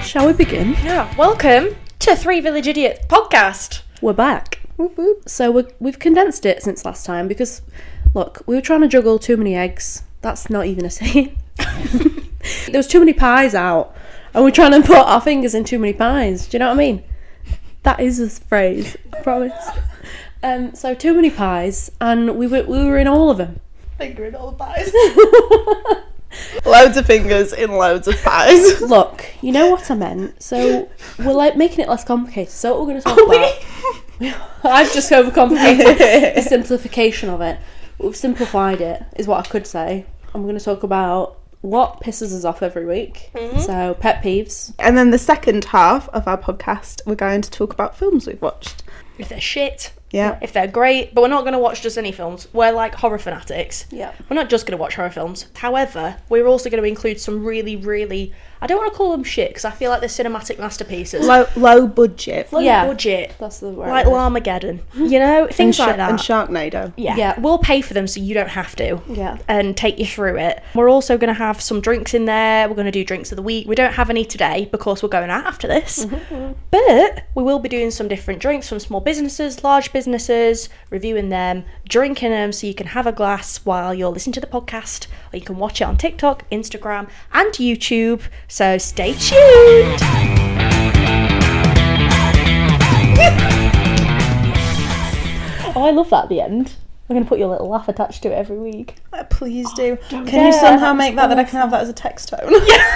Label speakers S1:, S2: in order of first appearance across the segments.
S1: Shall we begin?
S2: Yeah, welcome to Three Village Idiots podcast.
S1: We're back. So we're, we've condensed it since last time because, look, we were trying to juggle too many eggs. That's not even a saying. there was too many pies out, and we're trying to put our fingers in too many pies. Do you know what I mean? That is a phrase. I promise. Um, so too many pies, and we were we were in all of them.
S3: Finger in all the pies. loads of fingers in loads of pies.
S1: Look, you know what I meant. So we're like making it less complicated. So what we're going to talk about? I've just overcomplicated the simplification of it. We've simplified it, is what I could say. I'm going to talk about what pisses us off every week. So pet peeves.
S3: and then the second half of our podcast, we're going to talk about films we've watched.
S2: If they're shit,
S3: Yeah.
S2: if they're great, but we're not going to watch just any films. We're like horror fanatics.
S1: Yeah.
S2: We're not just going to watch horror films. However, we're also going to include some really, really, I don't want to call them shit because I feel like they're cinematic masterpieces.
S3: Low, low budget.
S2: Low
S1: Yeah.
S2: budget,
S1: That's the word.
S2: like Larmageddon, you know,
S3: and,
S2: things like that.
S3: and Sharknado.
S2: yeah.
S1: Yeah.
S2: we'll pay for them so you don't have to.
S1: Yeah.
S2: And take you through it. We're also going to have some drinks in there. We're going to do drinks of the week. We don't have any today because we're going out after this. But we will be doing some different drinks from small businesses, large businesses, reviewing them, drinking them so you can have a glass while you're listening to the podcast or you can watch it on TikTok, Instagram, and YouTube. So stay tuned. Oh, I love that at the end. I'm going to put your little laugh attached to it every week.
S3: Uh, Please do. Can
S2: dare,
S3: you somehow
S2: that's
S3: make that that I can have that as a text tone? Yeah.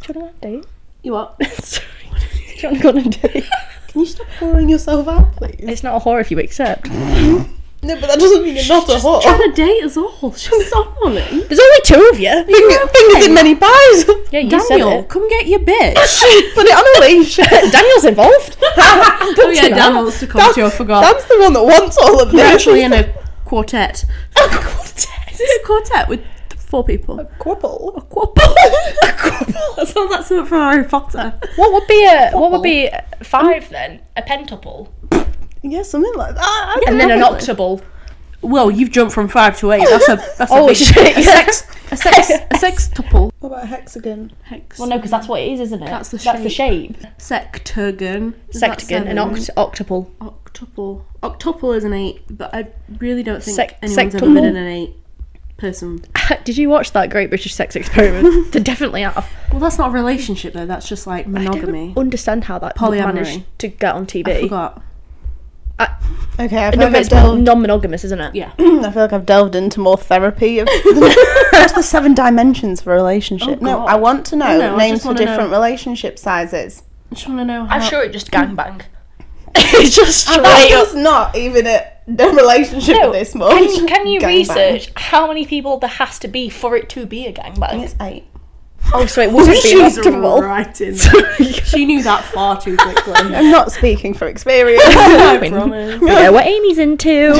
S2: Do you want to date?
S1: You what?
S2: Sorry. Do you want to go on a date?
S3: Can you stop pouring yourself out, please?
S2: It's not a whore if you accept.
S3: No, but that doesn't mean you're not a whore.
S1: Trying to date us all. She's on it.
S2: There's only two of you.
S3: Finger- Fingers in many pies.
S2: Yeah, you
S1: Daniel, come get your bitch.
S3: Put it on a leash.
S2: Daniel's involved.
S1: oh yeah, Daniel wants to come to you. I forgot.
S3: Dan's the one that wants all of this.
S1: We're actually in a quartet. A quartet. Is it a quartet with four people?
S3: Quibble.
S1: Quapple. A quapple. That sounds like something from Harry Potter.
S2: What would be a what would be five then? A pentuple
S3: Yeah, something like that.
S2: and then an octable.
S1: Well, you've jumped from five to eight. That's a that's a
S2: Oh
S1: big
S2: shit!
S1: A sex, a sex, a sextuple.
S3: What about a hexagon?
S1: Hex.
S2: Well, no, because that's what it is, isn't it?
S1: That's the
S2: shape.
S1: Sectagon. Is that
S2: Sectagon,
S1: seven?
S2: an oct- octuple.
S1: octuple. Octuple is an eight, but I really don't think
S2: Sec-
S1: anyone's ever
S2: sectuple.
S1: been in an eight person.
S2: Did you watch that Great British Sex Experiment? they definitely have.
S1: Well, that's not a relationship though. That's just like monogamy.
S2: Don't understand how that
S1: Polyamory.
S2: managed to get on
S1: I
S2: TV.
S1: forgot.
S3: Okay,
S2: No,
S3: I feel, like
S2: but
S3: I've
S2: it's
S3: delved,
S2: non-monogamous, isn't it?
S1: Yeah.
S3: I feel like I've delved into more therapy. Of What's the seven dimensions for a relationship?
S1: Oh,
S3: no,
S1: God.
S3: I want to know
S1: No, I
S3: names
S1: just
S3: for
S1: wanna
S3: different relationship sizes.
S1: I just want to know how.
S2: I'm sure it just gangbang. it's just straight
S3: That
S2: up
S3: was not even a the relationship
S2: No,
S3: this much.
S2: Can you, can you
S3: Gangbang.
S2: research how many people there has to be for it to be a gangbang?
S3: It's eight.
S2: Oh, so it wouldn't be
S1: She's
S2: optimal.
S1: right in. she knew that far too quickly.
S3: I'm not speaking from experience.
S1: I promise.
S2: We know what Amy's into.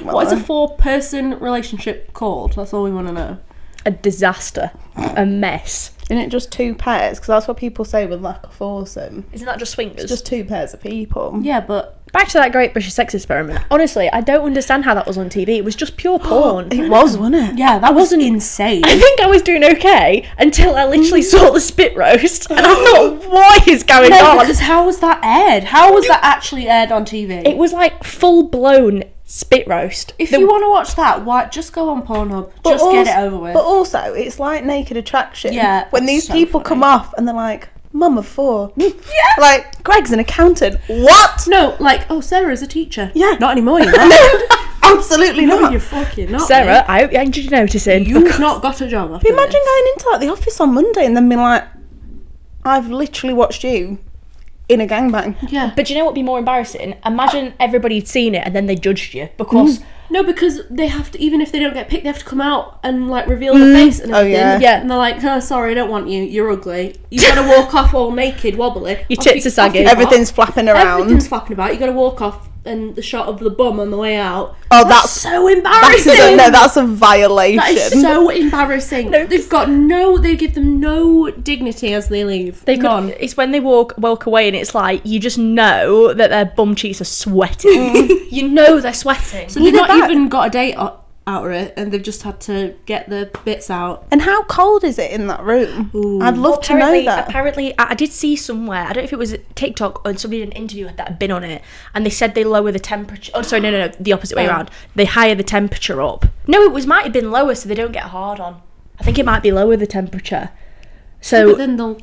S1: What's a four-person relationship called? That's all we want to know.
S2: a disaster. A mess.
S3: Isn't it just two pairs? Because that's what people say with lack of foursome.
S2: Isn't that just swingers?
S3: Just two pairs of people.
S1: Yeah, but
S2: back to that Great British Sex Experiment. Honestly, I don't understand how that was on TV. It was just pure porn.
S3: It was, wasn't it?
S1: yeah, that wasn't insane.
S2: I think I was doing okay until I literally saw the spit roast, and I thought, what is going
S1: No,
S2: on?
S1: because how was that aired? How was that actually aired on TV?
S2: It was like full blown spit roast.
S1: if
S2: The-
S1: you want to watch that, why just go on Pornhub?
S3: But
S1: Just get it
S3: als-
S1: over with.
S3: But also, it's like naked attraction.
S1: Yeah,
S3: When
S1: it's
S3: these
S1: so
S3: people
S1: funny.
S3: come off and they're like, "Mum of four. Like Greg's an accountant. What?
S1: no, like oh, Sarah's a teacher.
S3: Yeah.
S1: not anymore. You're not.
S3: No, absolutely
S1: no,
S3: not.
S1: you're fucking not.
S2: Sarah, I hope Oh, you enjoyed noticing.
S1: mate. you've not got a job. After
S3: Imagine
S1: this.
S3: going into like the office on Monday and then being like, "I've literally watched you in a gangbang."
S1: Yeah.
S2: But do you know what would be more embarrassing? Imagine everybody'd seen it and then they judged you because
S1: No, because they have to. Even if they don't get picked, they have to come out and like reveal their face and
S3: Oh,
S1: everything.
S3: yeah.
S2: Yeah.
S1: And they're like, oh, sorry, I don't want you. You're ugly. You got to walk off all naked, wobbly.
S2: Your
S1: Off
S2: tits are
S1: off
S2: sagging.
S1: you go.
S3: Everything's flapping around.
S1: Everything's flapping about. You got to walk off and the shot of the bum on the way out.
S3: Oh,
S1: that's,
S3: that's-
S1: so
S3: That's
S1: embarrassing.
S3: a, no, that's a violation.
S1: That is so embarrassing.
S2: No,
S1: They've got no. They give them no dignity as they leave.
S2: They could,
S1: None.
S2: It's when they walk walk away, and it's like you just know that their bum cheeks are sweating. you know they're sweating.
S1: So they've
S3: Either
S1: not
S3: that-
S1: even got a date o- out of it, and they've just had to get the bits out.
S3: and how cold is it in that room? I'd love to know
S2: apparently,
S3: that.
S2: apparently, I I did see somewhere. I don't know if it was TikTok or somebody did an interview that had been on it, and they said they lower the temperature. Oh, sorry, no, no, no, the opposite way around. They higher the temperature up. No, it was might have been lower, so they don't get hard on. I think it might be lower the temperature.
S1: But
S2: So
S1: then they'll.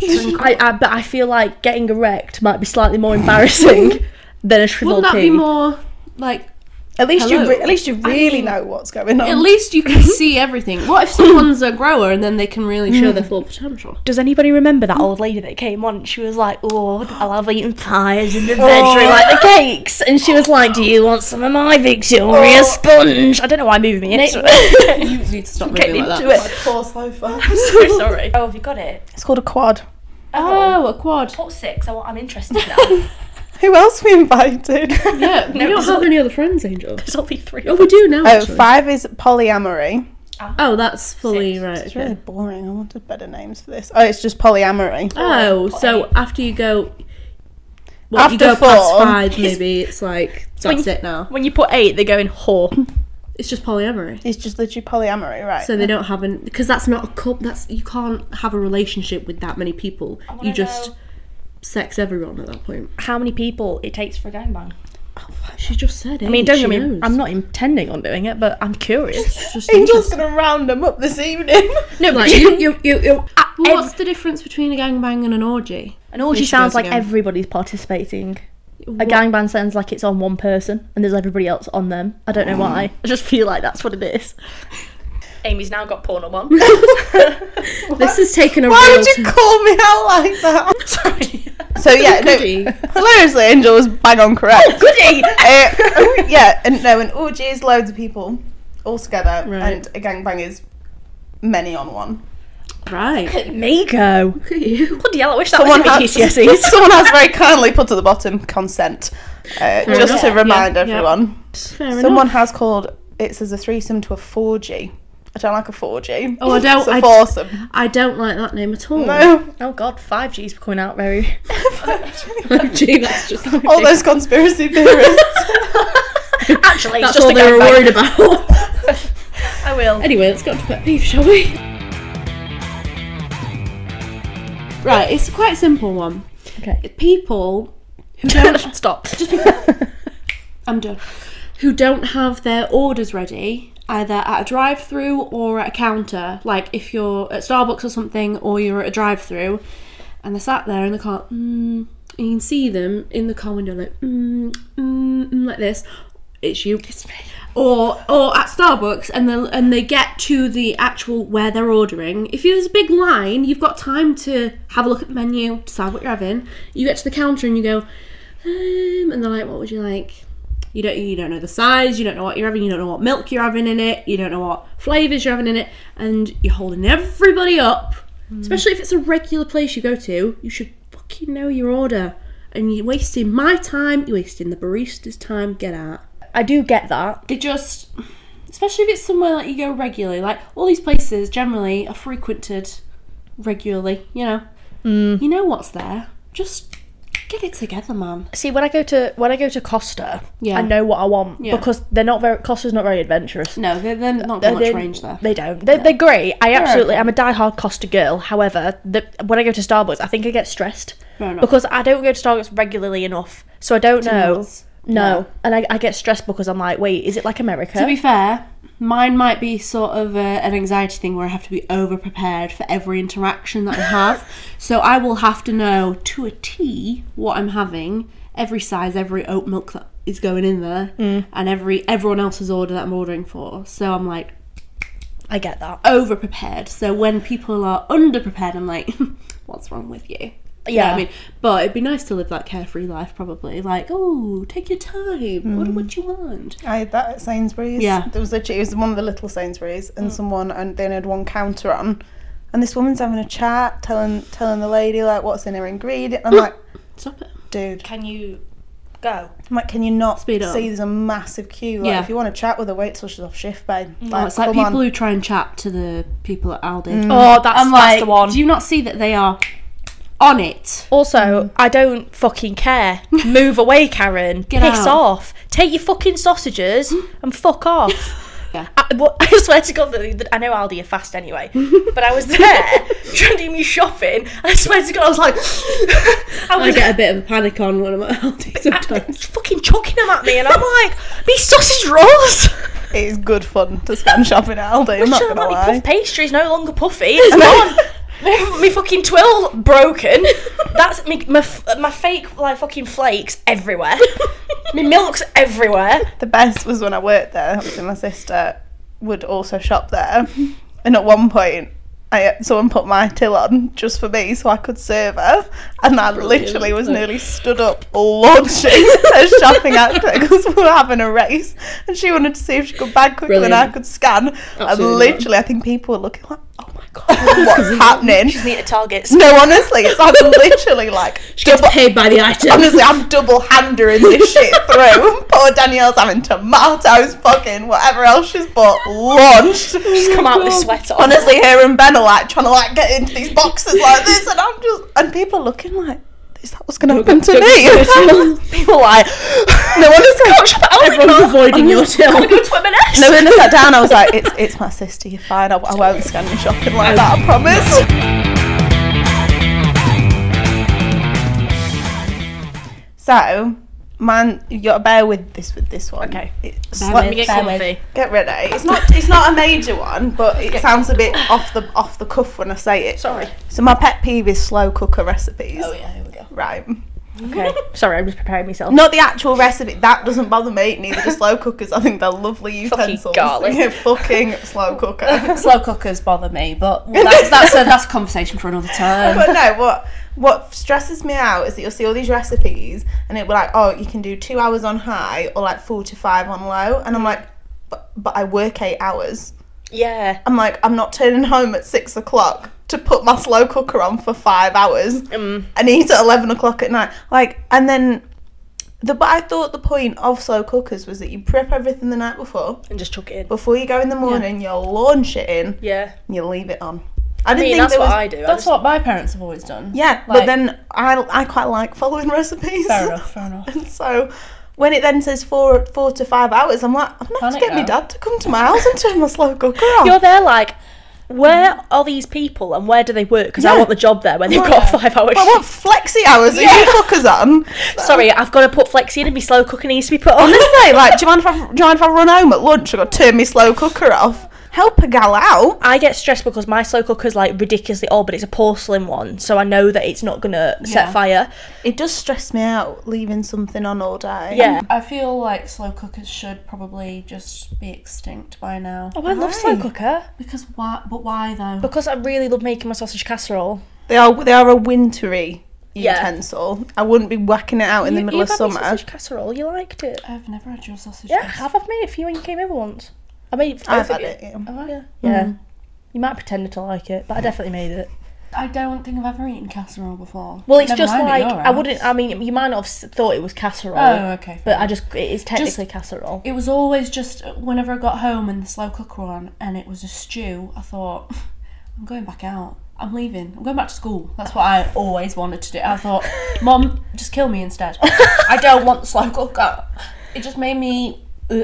S2: I, I, but I feel like getting erect might be slightly more embarrassing than a shriveled
S1: Wouldn't that
S2: pig.
S1: be more like?
S3: at least
S1: Hello.
S3: you, re- at least you really
S1: mean-
S3: know what's going on.
S1: At least you can see everything. Mm. What if someone's a grower and then they can really show their full potential?
S2: Does anybody remember that old lady that came on? She was like, "Oh, I love eating pies in the bedroom, like the cakes," and she was like, "Do you want some of my Victoria sponge?" I don't know why I'm moving me into it.
S1: You need to stop
S2: Getting
S1: moving like
S2: into
S1: that.
S2: it. I'm so sorry. Uh. Oh, have you got it?
S3: It's called a quad.
S1: Oh, a quad.
S2: Pot six. I want, I'm interested now.
S3: Who else we invited?
S1: Yeah, we don't
S2: there's
S1: have any other friends, Angel.
S2: There's only three.
S1: Oh,
S2: Of
S1: we do now.
S3: oh,
S1: Actually.
S3: five is polyamory.
S1: Oh, that's fully
S2: Six.
S1: right.
S3: It's
S1: okay.
S3: really boring. I wanted better names for this. Oh, it's just polyamory.
S1: Oh, so after you go, well, you
S3: After
S1: go past
S3: four,
S1: five, maybe it's like that's it now.
S2: When you put eight, they're going whore.
S1: It's just polyamory.
S3: It's just literally polyamory, right?
S1: So they don't have an because that's not a cup. That's you can't have a relationship with that many people. You just sex everyone at that point.
S2: How many people it takes for a gangbang?
S1: She just said it.
S2: I mean, don't
S1: she
S2: get me.
S1: knows.
S2: I'm not intending on doing it, but I'm curious.
S1: It's just
S3: Angel's
S1: interesting.
S3: gonna round them up this evening.
S2: no,
S1: Like,
S2: but
S1: you, you, you, you. Well,
S2: ev-
S1: what's the difference between a gangbang and an orgy?
S2: An orgy
S1: Here she
S2: sounds
S1: goes
S2: like
S1: again.
S2: everybody's participating. A
S1: What-
S2: gangbang sounds like it's on one person and there's everybody else on them. I
S1: Mm.
S2: don't know why. I just feel like that's what it is. Amy's now got porn on.
S1: This has taken a
S3: Why
S1: real.
S3: would you call me out like that?
S2: Sorry.
S3: So yeah, no,
S1: Goody.
S3: hilariously, Angel was bang on correct.
S2: Goody!
S1: Eh,
S3: Uh,
S1: oh,
S3: yeah, and no, an orgy is loads of people all together,
S1: Right.
S3: and a gangbang is many on one.
S1: right.
S2: Let me go.
S1: Look at you.
S2: Bloody hell, I wish that
S3: Someone
S2: was in my
S3: has-
S2: GCSEs.
S3: Someone has very kindly put at the bottom consent, uh, just to
S2: enough.
S3: remind
S1: Yeah, yeah.
S3: everyone.
S1: Fair
S3: Someone
S1: enough.
S3: has called it says a threesome to a 4G. I don't like a 4G.
S1: Oh, I don't-
S3: It's a
S1: I-
S3: foursome.
S1: I don't like that name at all.
S3: No.
S2: oh god, 5G's coming out very.
S1: Gee, that's just
S3: all those conspiracy theorists.
S2: Actually,
S1: That's
S2: it's just
S1: all
S2: a
S1: they were
S2: gangbang.
S1: worried about.
S2: I will.
S1: anyway, let's get on to pet peeve, shall we? Right, it's a quite simple one.
S2: Okay.
S1: People who don't
S2: Stop.
S1: I'm done. Who don't have their orders ready either at a drive-through or at a counter. Like if you're at Starbucks or something, or you're at a drive-through, and they're sat there and they can't. Mm, and you can see them in the car window, like mm, mm, mm, like this. It's you. It's me. Or or at Starbucks, and they and they get to the actual where they're ordering. If there's a big line, you've got time to have a look at the menu, decide what you're having. You get to the counter and you go, um, and they're like, "What would you like?" You don't you don't know the size, you don't know what you're having, you don't know what milk you're having in it, you don't know what flavours you're having in it, and you're holding everybody up. Especially if it's a regular place you go to, you should fucking know your order. And you're wasting my time, you're wasting the barista's time, get out.
S2: I do get that.
S1: They just especially if it's somewhere like you go regularly, like all these places generally are frequented regularly, you know. You know what's there. Just get it together, man.
S2: See, when I go to when I go to Costa,
S1: Yeah.
S2: I know what I want because they're not very Costa's not very adventurous.
S1: No, they're, they're not
S2: They-
S1: got much
S2: they-
S1: range there.
S2: They don't. They're, they're great. I absolutely. I'm a diehard Costa girl. However, the, when I go to Starbucks, I think I get stressed
S1: Fair enough.
S2: because I don't go to Starbucks regularly enough, so I don't know.
S1: nuts.
S2: No, and I, I get stressed because I'm like, wait, is it like America?
S1: To be fair, mine might be sort of a, an anxiety thing where I have to be over prepared for every interaction that I have. so I will have to know to a T what I'm having, every size, every oat milk that is going in there,
S2: Mm.
S1: and every everyone else's order that I'm ordering for. So I'm like
S2: I get that.
S1: over prepared. So when people are under prepared, I'm like, what's wrong with you? You know
S2: Yeah.
S1: what I mean, but it'd be nice to live that carefree life, probably. Like, oh, take your time. Order
S2: Mm.
S1: what you want.
S3: I had that at Sainsbury's.
S1: Yeah. Mm.
S3: There was literally, it was one of the little Sainsbury's and someone, and they only had one counter on. And this woman's having a chat, telling telling the lady, like, what's in her ingredient. I'm like,
S1: Stop it.
S3: dude,
S2: Can you Go.
S3: I'm like, can you not
S1: Speed up.
S3: see there's a massive queue? Like,
S1: Yeah.
S3: if you want to chat with her, wait till she's off shift, babe.
S1: Oh,
S3: Like,
S1: it's like
S3: come
S1: people
S3: on.
S1: who try and chat to the people at Aldi.
S2: Oh, that's,
S1: I'm
S2: that's
S1: like,
S2: the one.
S1: do you not see that they are on it?
S2: Also,
S1: Mm.
S2: I don't fucking care. Move away, Karen.
S1: Get
S2: Piss
S1: out.
S2: off. Take your fucking sausages and fuck off.
S1: Yeah.
S2: I, well, I swear to God, that that- I know Aldi are fast anyway, but I was there trying to do me shopping. I swear to God, I was like, I
S1: I
S2: was
S1: get a bit of a panic on when I'm at Aldi sometimes.
S2: it's fucking chucking them at me, and I'm like, these sausage rolls.
S3: It is good fun to stand shopping at Aldi. I'm not
S2: Sure,
S3: going to
S2: bloody
S3: lie.
S2: puff pastry's no longer puffy. It's gone. My- my fucking twill broken. That's me, my f- my fake like fucking flakes everywhere. my milk's everywhere.
S3: The best was when I worked there. Obviously, my sister would also shop there, and at one point, I someone put my till on just for me, so I could serve her, and I literally was nearly stood up launching her shopping at because we were having a race, and she wanted to see if she could bag quicker than I
S1: Brilliant.
S3: could scan, and
S1: Absolutely not.
S3: literally, I think people were looking like, "Oh my god, what's happening?"
S2: Just need the targets.
S3: No, honestly, it's I'm literally like
S1: She gets paid by the item.
S3: Honestly, I'm double handering this shit through. Poor Danielle's having tomatoes, fucking whatever else she's bought, launched.
S2: Just come out with sweat on.
S3: Honestly, her and Ben are like trying to like get into these boxes like this, and I'm just and people are looking like, is that what's going to happen to me? people are like, no one is going to.
S1: Everyone's avoiding your till.
S2: Go to M&S.
S3: No, when I sat down, I was like, it's it's my sister. You're fine. I, I won't scan you shopping like that. I promise. So, man, you got to bear with this with this one.
S2: Okay.
S3: It's
S1: Bear
S3: like-
S1: with.
S2: Let me get
S1: Fair
S2: comfy.
S3: Get ready. It's not it's not a major one, but it sounds a bit off the off the cuff when I say it.
S2: Sorry. Oh,
S3: So my pet peeve is slow cooker recipes.
S2: yeah, here we go.
S3: Right.
S2: Okay. Sorry, I'm just preparing myself.
S3: Not the actual recipe. That doesn't bother me. Neither do slow cookers. I think they're lovely utensils.
S2: garlic.
S3: Yeah, fucking slow cooker.
S1: Slow cookers bother me, but that's that's a, that's a conversation for another time.
S3: but no, what what stresses me out is that you'll see all these recipes and it'll be like, oh, you can do two hours on high or like four to five on low, and I'm like, but, but I work eight hours.
S2: Yeah.
S3: I'm like, I'm not turning home at six o'clock to put my slow cooker on for five hours and eat at eleven o'clock at night. Like, and then. The, but I thought the point of slow cookers was that you prep everything the night before.
S2: And just chuck it in.
S3: Before you go in the morning, you launch it in,
S2: Oh. Yeah.
S3: and you leave it on. I didn't
S2: I mean,
S3: think
S2: that's
S3: there
S2: what
S3: was,
S2: I do. I
S1: That's
S2: just-
S1: what my parents have always done.
S3: Yeah, but
S1: Like-
S3: then I I quite like following recipes.
S1: Fair enough. Fair enough.
S3: And so when it then says four four to five hours, I'm like, I'm going to
S1: Panic
S3: get my
S1: now.
S3: dad to come to my house and turn my slow cooker on.
S2: You're there like, where are these people and where do they work? Because I
S3: Yeah.
S2: want the job there where they've got a five hour
S3: I want flexi hours and you cookers on.
S2: Sorry, I've got to put flexi in and my slow cooking needs to be put on.
S3: Honestly, like, do you mind if I do you mind if I run home at lunch? I got to turn my slow cooker off. Help a gal out.
S2: I get stressed because my slow cooker's like ridiculously old, but it's a porcelain one, so I know that it's not gonna set
S1: Yeah.
S2: fire.
S3: It does stress me out leaving something on all day.
S2: Yeah.
S1: I feel like slow cookers should probably just be extinct by now.
S2: Oh, I love slow cooker
S1: Because why? But why though?
S2: because I really love making my sausage casserole.
S3: They are they are a wintry
S2: Yeah.
S3: utensil. I wouldn't be whacking it out in the middle
S2: you
S3: of summer.
S2: sausage casserole. You liked it.
S1: I've never had your sausage.
S2: Yeah, I
S1: rolls.
S2: have. I've made it for you when you came over once. I made it for both
S3: I've
S2: of
S3: had
S2: you.
S3: it. yeah.
S1: Have I?
S2: Yeah. Mm. Yeah. You might pretend to like it, but I definitely made it.
S1: I don't think I've ever eaten casserole before.
S2: Well, it's
S1: Never
S2: just
S1: mind at
S2: like
S1: your
S2: I
S1: house.
S2: wouldn't. I mean, you might not have s- thought it was casserole.
S1: Oh, okay,
S2: But
S1: fair
S2: I just it is technically casserole.
S1: It was always just uh, whenever I got home and the slow cooker on and it was a stew, I thought, I'm going back out. I'm leaving. I'm going back to school. That's what I always wanted to do. I thought, Mom, just kill me instead. I don't want the slow cooker. It just made me. Uh,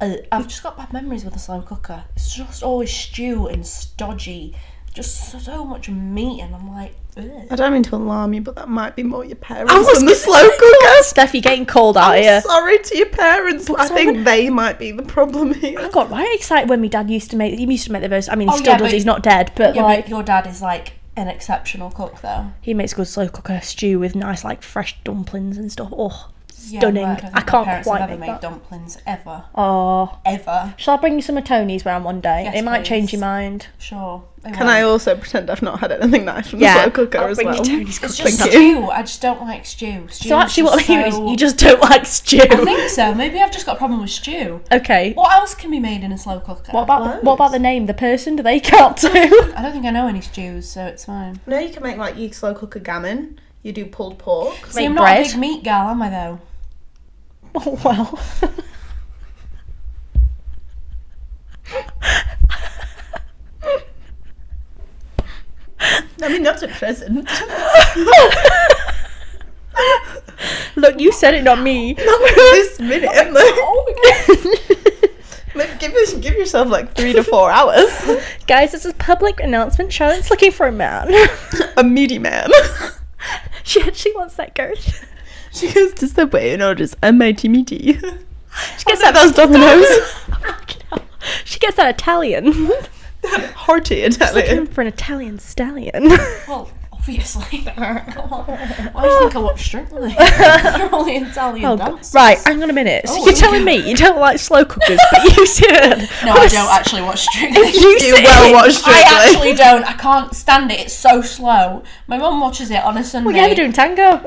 S1: uh, I've just got bad memories with the slow cooker. It's just always stew and stodgy. Just so much meat, and I'm like,
S3: I
S1: Ugh.
S3: don't mean to alarm you, but that might be more your parents
S2: I was
S3: than the
S2: gonna
S3: slow cookers.
S2: Steph, you're getting cold out here.
S3: I'm sorry to your parents. I
S2: I
S3: think they might be the problem here.
S2: God, why are you excited when my dad used to make? He used to make the most. I mean, he
S1: Oh,
S2: still
S1: yeah,
S2: does.
S1: but-
S2: He's not dead, but
S1: Yeah, but
S2: like
S1: your dad is like an exceptional cook, though.
S2: he makes good slow cooker stew with nice like fresh dumplings and stuff. Oh,
S1: Yeah,
S2: stunning!
S1: but
S2: I
S1: think my
S2: can't
S1: parents
S2: quite
S1: have ever
S2: make
S1: made
S2: that.
S1: dumplings ever,
S2: oh,
S1: ever.
S2: shall I bring you some of Tony's where I'm one day?
S1: Yes,
S2: it might change
S1: please.
S2: your mind.
S1: Sure.
S3: Can I also pretend I've not had anything nice from
S2: Yeah,
S3: the slow cooker
S2: I'll
S3: as
S2: bring
S3: well?
S2: you Tony's
S1: It's
S2: cookies.
S1: just
S3: Thank
S1: stew. I just don't like stew. Stew's
S2: So actually, what
S1: just
S2: I mean is
S1: so- Oh.
S2: you just don't like stew.
S1: I think so. Maybe I've just got a problem with stew.
S2: okay.
S1: What else can be made in a slow cooker?
S2: What about the, what about the name? The person? Do they count too?
S1: I don't think I know any stews, so it's fine.
S3: No, you can make like you slow cooker gammon. You do pulled pork.
S1: See, I'm
S2: Make
S1: not
S2: bread.
S1: a big meat gal, am I though?
S2: Oh well.
S3: I mean, not at present.
S2: Look, you said it, not me.
S3: this minute. Like,
S2: Oh my god.
S3: like, give, us- give yourself like three to four hours.
S2: Guys, this is a public announcement. Charlotte's looking for a man.
S3: A meaty man.
S2: she actually wants that girth.
S3: she goes to Subway and orders a mighty meaty.
S2: She gets
S3: I
S2: that.
S3: bet that's Domino's.
S2: Fucking hell. she gets that Italian.
S3: Hearty
S2: Looking
S3: Italian.
S2: for an Italian stallion.
S4: Well, obviously. Come on. Why do you think I watch Strictly? They're only Italian
S2: Oh, God.
S4: dancers.
S2: Right, hang on a minute. So
S4: Oh,
S2: you're
S4: okay.
S2: telling me you don't like slow cookers, but you should.
S4: No, I don't actually watch Strictly.
S2: If you
S3: You
S2: sit
S3: well
S2: in-
S3: watched
S4: I
S3: Strictly.
S4: actually don't. I can't stand it. It's so slow. My mum watches it on a Sunday.
S2: Well, yeah, they're doing tango.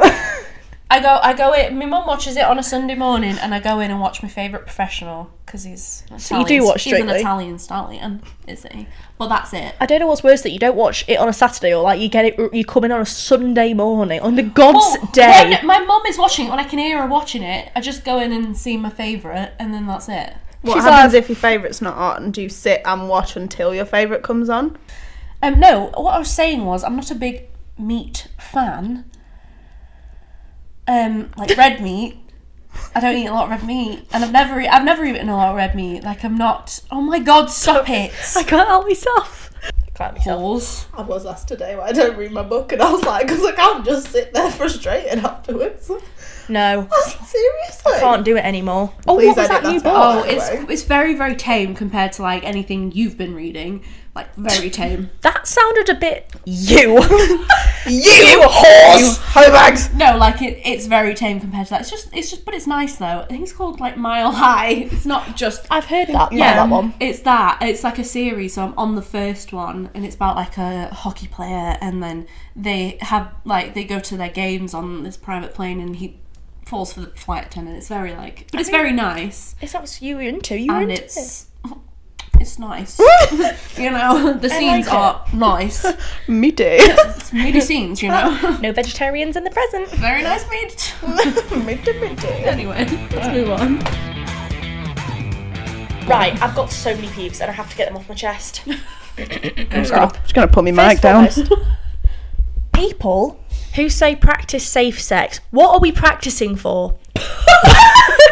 S4: I go, I go in. My mum watches it on a Sunday morning, and I go in and watch my favourite professional because he's. Italian.
S2: you do watch
S4: He's
S2: Strictly?
S4: an Italian stallion, is he? Well, that's it.
S2: I don't know what's worse that you don't watch it on a Saturday or like you get it, you come in on a Sunday morning on the God's
S4: Well,
S2: day.
S4: When my mum is watching it, when I can hear her watching it, I just go in and see my favourite, and then that's it.
S3: What
S2: She's
S3: happens if your favourite's not on? Do you sit and watch until your favourite comes on?
S4: Um, no, what I was saying was I'm not a big meat fan. Um, like red meat. I don't eat a lot of red meat, and I've never, e-, I've never eaten a lot of red meat. Like I'm not. Oh my god, stop it!
S2: I can't help myself. Can't myself.
S4: Balls.
S3: I was asked today why I don't read my book, and I was like, because I can't just sit there frustrated afterwards.
S2: No,
S3: Seriously?
S2: can't do it anymore. Oh, what
S3: Please
S2: was
S3: edit
S2: that new
S3: that out.
S2: book?
S4: Oh, it's
S3: Anyway.
S4: it's very very tame compared to like anything you've been reading. Like very tame.
S2: That sounded a bit you.
S3: You, horse! Hobags!
S4: no, like it, it's very tame compared to that. It's just it's just but it's nice though. I think it's called like Mile High. It's not just
S2: I've heard that.
S4: yeah,
S2: that one.
S4: It's that. It's like a series. So I'm on the first one, and it's about like a hockey player, and then they have like they go to their games on this private plane, and he falls for the flight attendant. It's very like, but it's very nice,
S2: Is that what you were into? You were
S4: and
S2: into it.
S4: it's it's nice. you know, the
S2: like
S4: scenes
S2: it.
S4: are nice.
S3: Me too.
S4: It's meaty scenes, you know.
S2: No vegetarians in the present.
S4: very nice meat.
S3: me too, me too.
S4: Anyway, let's move on.
S2: Right, I've got so many peeves and I have to get them off my chest.
S3: I'm just gonna, just gonna put my
S2: First
S3: mic down.
S2: foremost, People who say practice safe sex, what are we practicing for? Do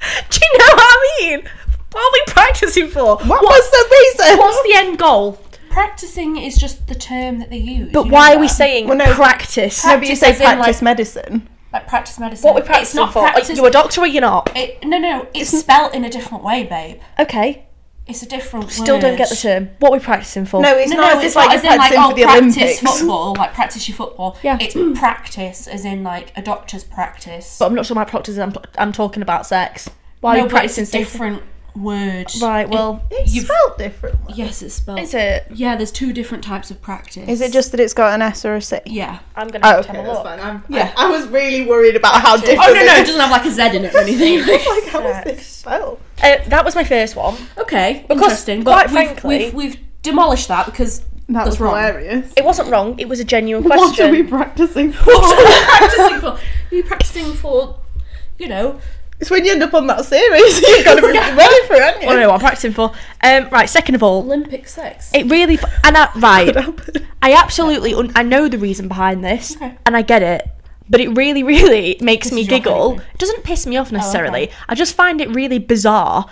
S2: you know what I mean? What are we practicing for?
S3: What was the reason?
S2: What's the end goal?
S4: Practicing is just the term that they use.
S2: But
S4: you know
S2: why are we
S4: that.
S2: saying
S3: Well, no.
S2: practice?
S3: no, but you
S4: practice
S3: say
S4: as in, like-
S3: practice medicine.
S4: like practice medicine?
S2: What are we
S4: it's
S2: practicing
S4: not
S2: for?
S4: practice.
S2: Are you a doctor or you're not?
S4: It, no, no, it's spelt in a different way, babe.
S2: Okay,
S4: It's a different.
S2: still don't get the
S4: word.
S2: term. What are we practicing for?
S3: No, it's
S4: No,
S3: not
S4: no,
S3: as
S4: it's,
S3: if
S4: not
S3: like
S4: as
S3: you're
S4: in like
S3: practicing
S4: oh,
S3: for the
S4: practice
S3: Olympics.
S4: football, like practice your football.
S2: Yeah. Mm.
S4: it's practice, as in like a doctor's practice.
S2: But I'm not sure my practice. I'm, I'm talking about sex. Why are
S4: no,
S2: we
S4: but it's a
S2: practicing safe?
S4: different word.
S2: Right. Well,
S3: It's
S4: You've-
S3: spelled differently.
S4: Yes, it's spelled.
S2: is it?
S4: Yeah, there's two different types of practice.
S3: Is it just that it's got an S or a C?
S4: Yeah.
S2: I'm gonna
S3: Oh,
S2: have to
S3: okay,
S2: have a
S3: that's
S2: look.
S3: fine. I'm,
S4: Yeah.
S3: I, I was really worried about how different.
S4: Oh no, no,
S3: it-
S4: it doesn't have like a Z in it or anything.
S3: like how is this spelled?
S2: Uh, that was my first one.
S4: okay,
S2: Because,
S4: interesting.
S2: quite
S4: But we've,
S2: frankly-
S4: we've we've demolished that because
S3: That
S4: that's
S3: was
S4: wrong.
S3: hilarious.
S2: It wasn't wrong. It was a genuine
S3: What are we
S2: question.
S3: practicing?
S4: What are you practicing for? You're practicing for, you know,
S3: It's when you end up on that series, you've got to be ready for it. haven't you?
S2: I don't know what I'm practicing for. Um, right. Second of all,
S4: Olympic sex.
S2: it really f- and I, right.
S3: happened?
S2: I absolutely un- I know the reason behind this,
S4: Okay.
S2: and I get it. But it really, really makes me
S4: is your
S2: giggle.
S4: favourite.
S2: It doesn't piss me
S4: Oh,
S2: off necessarily. I just find it really bizarre.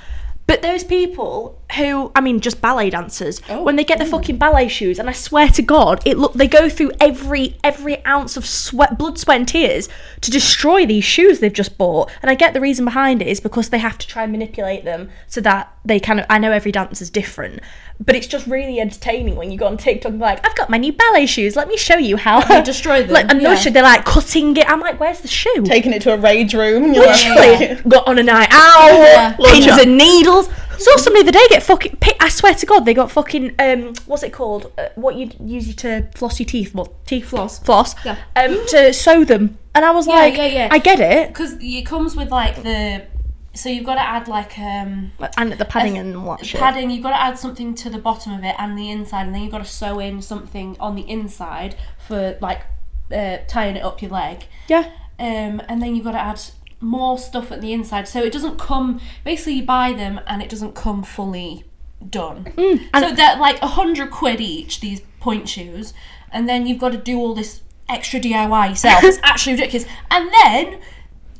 S2: But those people who, I mean, just ballet dancers,
S4: Oh,
S2: when they get the fucking ballet shoes, and I swear to God, it look they go through every every ounce of sweat, blood, sweat, and tears to destroy these shoes they've just bought. And I get the reason behind it is because they have to try and manipulate them so that they kind of. I know every dance is different, but it's just really entertaining when you go on TikTok and be like, "I've got my new ballet shoes. Let me show you how
S4: me destroy them,
S2: Like, and
S4: yeah.
S2: those shoes, they're like cutting it. I'm like, "Where's the shoe?
S3: Taking it to a rage room. and You're like,
S2: literally got on a night out,
S4: Yeah.
S2: pins
S3: Lunch.
S2: and needles. Saw somebody the other day get fucking. pi- I swear to God, they got fucking. Um, what's it called? Uh, what you use you to floss your teeth? What teeth floss? Floss.
S4: Yeah.
S2: Um, to sew them. And I was like,
S4: yeah, yeah.
S2: I get it.
S4: because it comes with like the so you've got to add like um
S2: And the padding and what shit.
S4: padding you've got to add something to the bottom of it and the inside and then you've got to sew in something on the inside for like uh, tying it up your leg
S2: yeah.
S4: um and then you've got to add more stuff at the inside. So it doesn't come. Basically, you buy them and it doesn't come fully done.
S2: Hmm,
S4: so they're like a hundred quid each. These point shoes, and then you've got to do all this extra DIY yourself. it's actually ridiculous. And then.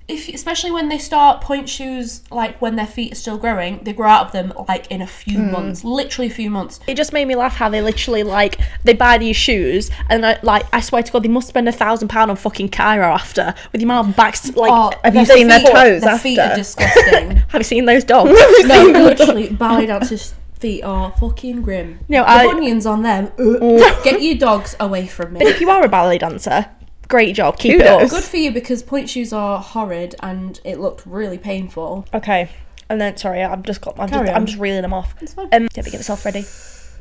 S4: If, especially when they start point shoes, like when their feet are still growing, they grow out of them like in a few
S2: Hmm.
S4: months, literally a few months.
S2: It just made me laugh how they literally like they buy these shoes and I, like I swear to God they must spend a thousand pound on fucking Cairo after with the amount of backs like
S4: have
S2: you
S4: their
S2: seen their
S4: Oh, feet-
S2: toes
S4: Their feet are
S3: after?
S4: disgusting.
S2: have you seen those dogs?
S4: no, literally, ballet dancers' feet are fucking grim.
S2: No,
S4: The
S2: I- Oh.
S4: onions on them. uh, Get your dogs away from me.
S2: if you are a ballet dancer, great job, keep
S3: Kudos.
S2: it up.
S4: Good for you because point shoes are horrid and it looked really painful.
S2: Okay. And then, sorry, I've just got. I'm,
S4: Carry
S2: just,
S4: on.
S2: I'm just reeling them off.
S4: It's fine.
S2: Um, don't get yourself ready.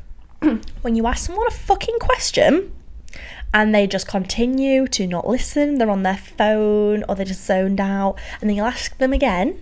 S2: when you ask someone a fucking question, and they just continue to not listen, they're on their phone or they're just zoned out, and then you'll ask them again,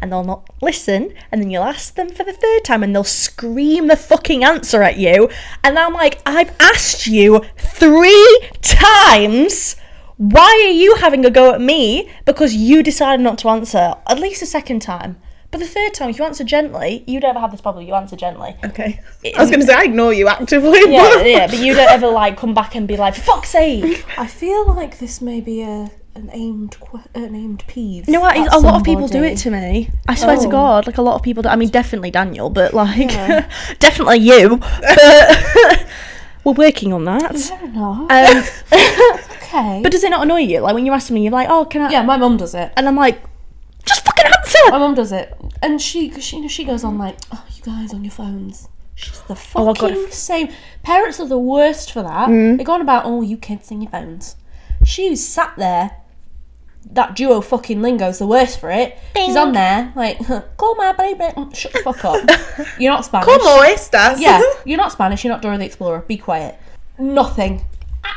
S2: and they'll not listen, and then you'll ask them for the third time, and they'll scream the fucking answer at you, and I'm like, I've asked you three times. Why are you having a go at me because you decided not to answer at least a second time? But the third time, if you answer gently, you don't ever have this problem. You answer gently.
S3: Okay. I was going to say I ignore you actively.
S2: Yeah,
S3: but-
S2: yeah, but you don't ever like come back and be like, "Fuck's sake!"
S4: I feel like this may be a an aimed que- an aimed peeve.
S2: You know what?
S4: at
S2: A lot of people do
S4: somebody.
S2: it to me. I swear to
S4: Oh.
S2: God, like a lot of people. Do, I mean, definitely Daniel, but like, definitely you. But we're working on that.
S4: Fair enough.
S2: Um,
S4: okay.
S2: but does it not annoy you? Like when you ask something, you're like, "Oh, can I?"
S4: yeah, my mum does it.
S2: And I'm like, "Just fucking
S4: My
S2: answer."
S4: mum does it, and she, cause she, you know, she goes on like, "Oh, you guys on your phones." She's the
S2: Oh, I've got
S4: fucking same. Parents are the worst for that.
S3: Mm.
S4: They go on about, "Oh, you kids and your phones." She was sat there. That duo fucking lingo's the worst for it. She's on there like, "Call my baby." Mm, Shut the fuck up. You're not Spanish.
S3: Como estas?
S4: Yeah, you're not Spanish. You're not Dora the Explorer. Be quiet. Nothing.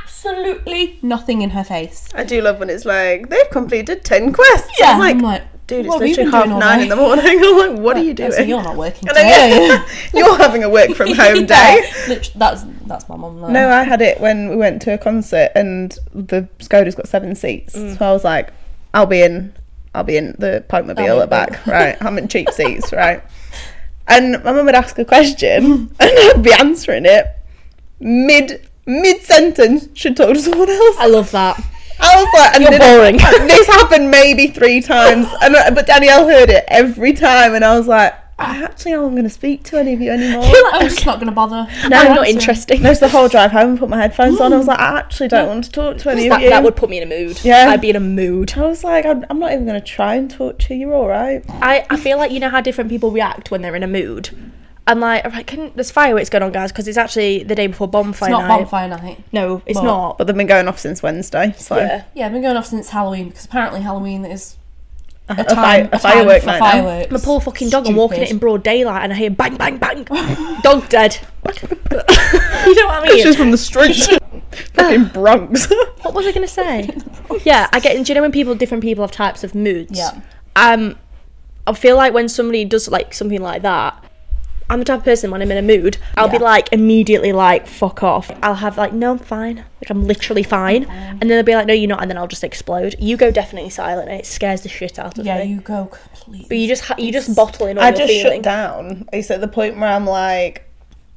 S4: Absolutely nothing in her face.
S3: I do love when it's like they've completed ten quests.
S4: Yeah,
S3: I'm like,
S4: I'm like,
S3: dude, it's
S4: what have you
S3: literally
S4: been
S3: half
S4: doing all
S3: nine in the morning. I'm like, what are you
S4: Oh,
S3: doing?
S4: So you're not working
S3: And I-
S4: today.
S3: You're having a work from home day.
S4: Literally, that's that's my mum. though.
S3: No, I had it when we went to a concert and the Skoda's got seven seats. So I was like, I'll be in, I'll be in the Pokemobile
S4: Oh,
S3: at back, right? I'm in cheap seats, right? And my mum would ask a question and I'd be answering it mid mid sentence. Should talk to someone else.
S2: I love that.
S3: I was like, and
S2: You're
S3: then-
S2: boring.
S3: this happened maybe three times, and but Danielle heard it every time, and I was like, I actually am not going to speak to any of you anymore.
S4: I'm just not gonna
S2: No,
S4: bother.
S2: I'm not
S4: answering.
S2: interesting.
S3: No, so the whole drive home, I put my headphones on. I was like, I actually don't want to talk to any
S2: That,
S3: of you.
S2: that would put me in a mood.
S3: Yeah.
S2: I'd be in a mood.
S3: I was like, I'm, I'm not even going to try and talk to you. You're all right.
S2: I, I feel like you know how different people react when they're in a mood. I'm like, all right, can, there's fireworks going on, guys, because it's actually the day before bonfire
S4: It's not
S2: night.
S4: bonfire night.
S2: No, it's
S4: But-
S2: not.
S3: But they've been going off since Wednesday, so
S2: Yeah.
S4: Yeah, I've been going off since Halloween because apparently Halloween is
S3: a,
S4: a
S3: a fi-
S4: time,
S3: a
S4: a
S3: firework
S4: time for
S3: night. now.
S4: fireworks.
S2: My poor fucking dog. I'm walking it in
S4: Stupid.
S2: broad daylight and I hear bang, bang, bang. dog dead. you know what I mean?
S3: She's from the street, fucking Bronx.
S2: What was I going to say? yeah, I get. Do you know when people, different people have types of moods?
S4: Yeah.
S2: Um, I feel like when somebody does like something like that, I'm the type of person when I'm in a mood, I'll be
S3: Yeah.
S2: like immediately like fuck off. I'll have like no, I'm fine. Like I'm literally fine, and then they'll be like no, you're not, and then I'll just explode. You go definitely silent, and it scares the shit out of
S4: Yeah,
S2: me.
S4: you go completely.
S2: but you just ha- you just bottle in all
S3: I
S2: your
S3: just
S2: feelings.
S3: shut down. It's at the point where I'm like,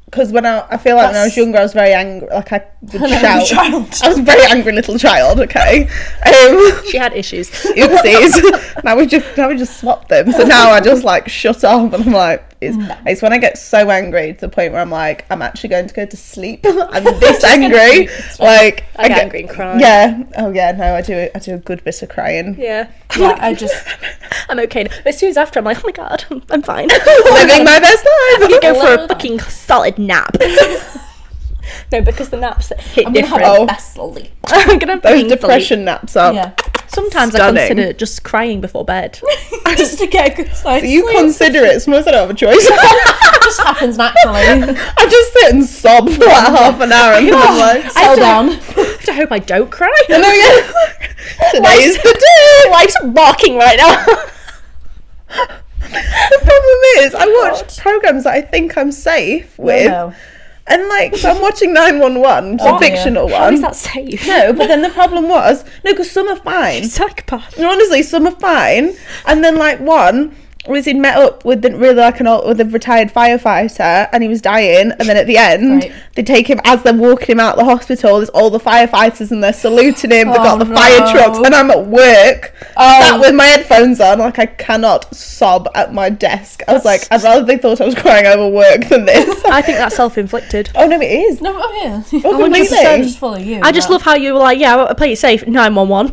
S3: because when I, I feel like when I was
S2: That's-
S3: younger, I was very angry. Like I would shout.
S4: angry child.
S3: I was a very angry little child. Okay. Um,
S2: She had issues.
S3: oopsies. now we just now we just swapped them. So now I just like shut off and I'm like it's,
S2: Mm.
S3: it's when I get so angry to the point where I'm like I'm actually going to go to sleep. I'm this angry. Like
S2: I get angry and cry.
S3: Yeah. Oh yeah. No, I do. I do a good bit of crying.
S2: Yeah. I'm
S4: Yeah,
S2: like,
S4: I just
S2: I'm okay. But as soon as after, I'm like, oh my god, I'm fine.
S3: Living my best life.
S2: You go for a
S4: Love that.
S2: fucking solid nap. no, because the naps hit
S4: I'm gonna
S2: different.
S4: have
S3: Oh.
S4: the best sleep.
S2: I'm gonna have
S3: Those
S2: painfully-
S3: depression naps up.
S4: Yeah,
S2: Sometimes I
S3: Stunning.
S2: consider just crying before bed.
S4: just to get a good night's
S3: So you
S4: sleep.
S3: consider it. Sometimes I don't have a choice.
S4: it just happens naturally.
S3: I just sit and sob for like half an hour and then I'm like,
S2: I have
S4: Settle
S2: to-
S4: down.
S2: I have to hope I don't cry.
S3: no, yeah. Today's the day.
S2: Life's barking right now.
S3: The problem is, I watch programs that I think I'm safe with,
S4: No.
S3: And like, so I'm watching 911, it's a fictional
S2: How
S3: one.
S2: is that safe?
S3: No, but then the problem was no, because some are fine.
S2: Psychopath.
S3: No, honestly, some are fine. And then like one was he met up with the, really like an old, with a retired firefighter, and he was dying. And then at the end,
S4: Right.
S3: they take him as they're walking him out of the hospital. There's all the firefighters and they're saluting him. They've got
S4: Oh,
S3: the fire
S4: no.
S3: trucks, and I'm at work,
S4: Oh.
S3: sat with my headphones on, like I cannot sob at my desk. I was like, I'd rather they thought I was crying over work than this.
S2: I think that's self-inflicted.
S3: oh no, it is.
S4: No, oh yeah.
S3: Oh, completely.
S4: I'm just follow you.
S2: I just
S4: but
S2: love how you were like, yeah, I play it safe. Nine one one.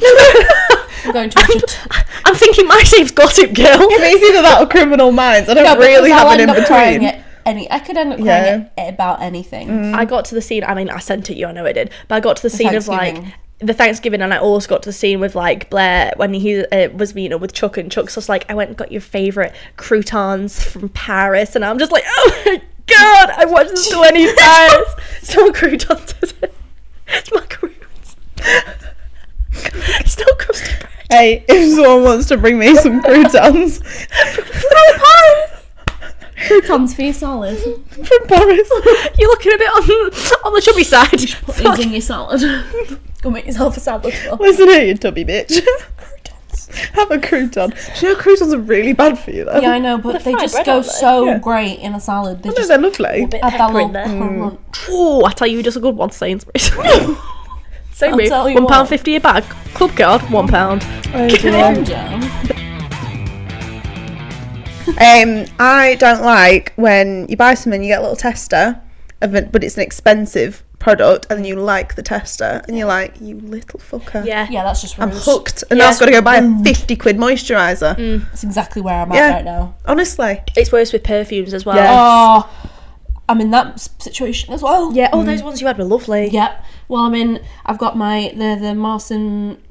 S4: I'm going to watch it.
S2: I'm thinking my safe's Gossip Girl.
S3: I mean, it's either that or Criminal Minds. I don't
S4: No, because
S3: really have
S4: I'll
S3: an in
S4: end up crying
S3: between.
S4: at any. I could end up crying
S3: Yeah.
S4: at, about anything.
S2: I got to the scene. I mean, I sent it you. I know I did, but I got to the scene of like
S4: Thanksgiving.
S2: the Thanksgiving, and I also got to the scene with like Blair when he uh, was meeting up with Chuck, and Chuck's just like, "I went and got your favorite croutons from Paris," and I'm just like, "Oh my god, I watched this so many times. Still croutons, is it? It's macaroons. Still crusty bread.
S3: Hey, if someone wants to bring me some croutons
S4: Comes for your salad.
S3: from Paris,
S2: You're looking a bit on on the chubby side. Fuck.
S4: Eating your salad. Go make yourself a salad. bowl.
S3: listen here, you tubby bitch. have a crouton. Do you know croutons are really bad for you, though?
S4: Yeah, I know, but they
S2: fried
S4: just
S2: bread,
S4: go
S2: aren't they?
S4: so
S3: Yeah.
S4: great in a salad. They
S3: No,
S4: just
S3: they're lovely.
S2: Bit
S4: add that
S2: pepper in
S4: little
S2: there.
S4: crunch.
S2: Oh, I tell you, just a good one, Sainsbury's. Same rate,
S4: tell you
S2: one pound
S4: what.
S2: fifty a bag. Club card, one pound.
S3: Oh, dear.
S4: Ginger.
S3: um, I don't like when you buy something, you get a little tester, of it, but it's an expensive product, and then you like the tester, and you're like, you little fucker.
S2: Yeah.
S4: Yeah, that's just
S3: I'm
S4: rude.
S3: hooked, and now I've got to go buy a 50 quid moisturiser.
S4: That's exactly where I'm at
S3: Yeah.
S4: right now.
S3: Honestly.
S2: It's worse with perfumes as well.
S3: Yeah.
S4: Oh, I'm in that s- situation as well.
S2: Yeah, Oh, those ones you had were lovely.
S4: Yep. Well, I'm in. I've got my the the Marson,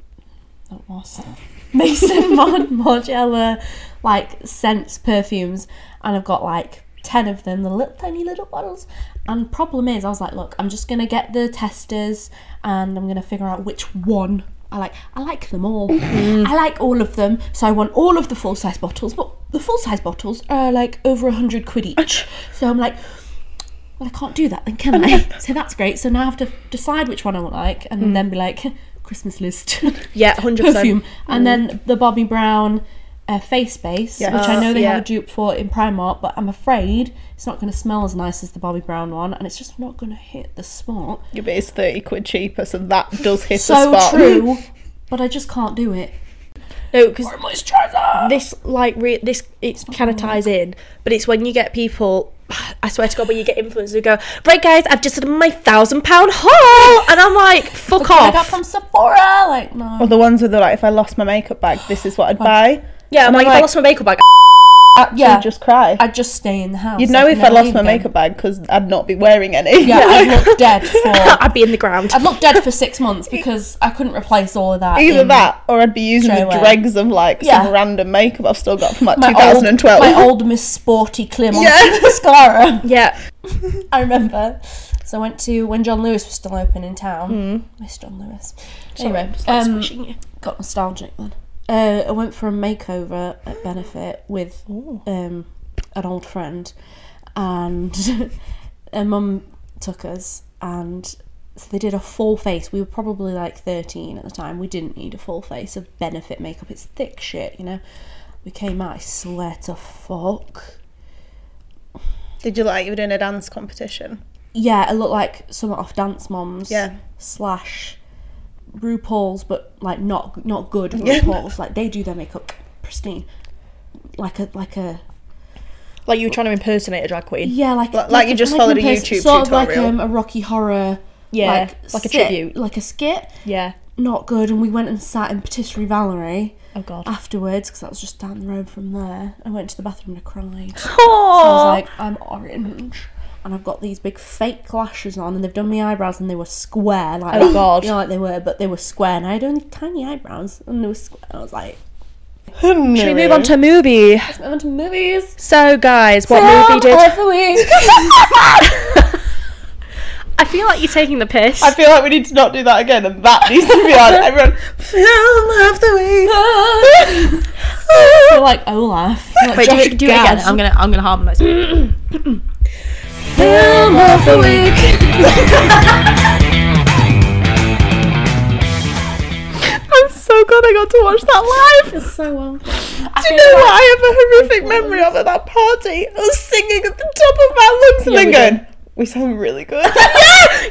S4: not Marson, Mason Mon Margiela, like scents perfumes, and I've got like ten of them, the little tiny little bottles. And problem is, I was like, look, I'm just gonna get the testers, and I'm gonna figure out which one. I like I like them all. I like all of them, so I want all of the full size bottles. But the full size bottles are like over a hundred quid each. So I'm like, well, I can't do that then, can I? so that's great. So now I have to decide which one I want like, and then be like, Christmas list
S2: Yeah, hundred
S4: perfume,
S2: percent.
S4: and then the Bobbi Brown uh, face base,
S3: Yes.
S4: which I know they
S2: yeah.
S4: have a dupe for in Primark, but I'm afraid it's not going to smell as nice as the Bobbi Brown one, and it's just not going to hit the spot.
S3: Yeah, but it's 30 quid cheaper, so that does hit
S4: so true, but I just can't do it.
S2: No, because
S4: Moisturizer.
S2: this like re- this it kind of ties in, but it's when you get people. I swear to God, when you get influencers who go, right guys, I've just had my thousand pound haul, and I'm like, fuck
S4: I got
S2: off.
S4: from Sephora, like no.
S3: Or the ones where they're like, if I lost my makeup bag, this is what I'd buy.
S2: yeah, I'm
S3: And
S2: like, if
S3: I'm
S2: I
S3: like-
S2: lost my makeup bag.
S4: Uh, yeah,
S3: You'd just cry.
S4: I'd just stay in the house.
S3: You'd know
S4: I'd
S3: if I
S4: never
S3: lost
S4: leave
S3: my
S4: again.
S3: makeup bag because I'd not be wearing any.
S4: Yeah, I'd look dead for
S2: I'd be in the ground.
S4: I'd looked dead for six months because I couldn't replace all of that.
S3: Either
S4: in
S3: that, or I'd be using
S4: Straight
S3: the
S4: away.
S3: dregs of like
S4: Yeah.
S3: some random makeup I've still got from like
S4: my Old,
S3: 2012.
S4: my old Miss Sporty Clear Monster
S3: Yeah.
S4: mascara.
S2: yeah,
S4: I remember. So I went to when John Lewis was still open in town.
S3: Hmm.
S4: Miss John Lewis. Anyway, um,
S2: Squishing you.
S4: got nostalgic then. Uh, I went for a makeover at Benefit with um, an old friend, and her mum took us, and so they did a full face. We were probably like thirteen at the time. We didn't need a full face of Benefit makeup. It's thick shit, you know. We came out. I swear to fuck.
S3: Did you like you were doing a dance competition?
S4: Yeah, I look like someone off Dance Moms.
S3: Yeah.
S4: Slash RuPaul's, but like not not good RuPaul's. like they do their makeup pristine, like a like a
S2: like you were trying to impersonate a drag queen.
S4: yeah like
S3: Like- like you just followed a
S4: person-
S3: YouTube
S4: sort of
S3: tutorial.
S4: like um, a Rocky Horror.
S2: Yeah,
S4: like,
S2: like a
S4: sit-
S2: tribute.
S4: like a skit.
S2: Yeah.
S4: Not good, and we went and sat in Patisserie Valerie
S2: Oh god.
S4: afterwards because that was just down the road from there. I went to the bathroom and I cried. So I was
S2: Oh.
S4: like, I'm orange. And I've got these big fake lashes on, and they've done my eyebrows, and they were square. Like,
S2: Oh, God.
S4: You know, like they were, but they were square, and I had only tiny eyebrows, and they were square. And I was like,
S2: Should we move on to a movie?
S4: let's move on to movies.
S2: So, guys, what movie
S4: Film
S2: did?
S4: of the week.
S2: I feel like you're taking the piss.
S3: I feel like we need to not do that again, and that needs to be on everyone. Film of the
S4: You're like Olaf. You're like
S2: Wait, do,
S4: Josh
S2: it, do it again.
S4: Gad.
S2: I'm gonna, I'm gonna harmonise.
S4: film of the week.
S3: I'm so glad I got to watch that live.
S4: It's so well.
S3: Do you know what? I have a horrific memory of at that party. Us singing at the top of our lungs and then
S4: we
S3: going, we sound really good.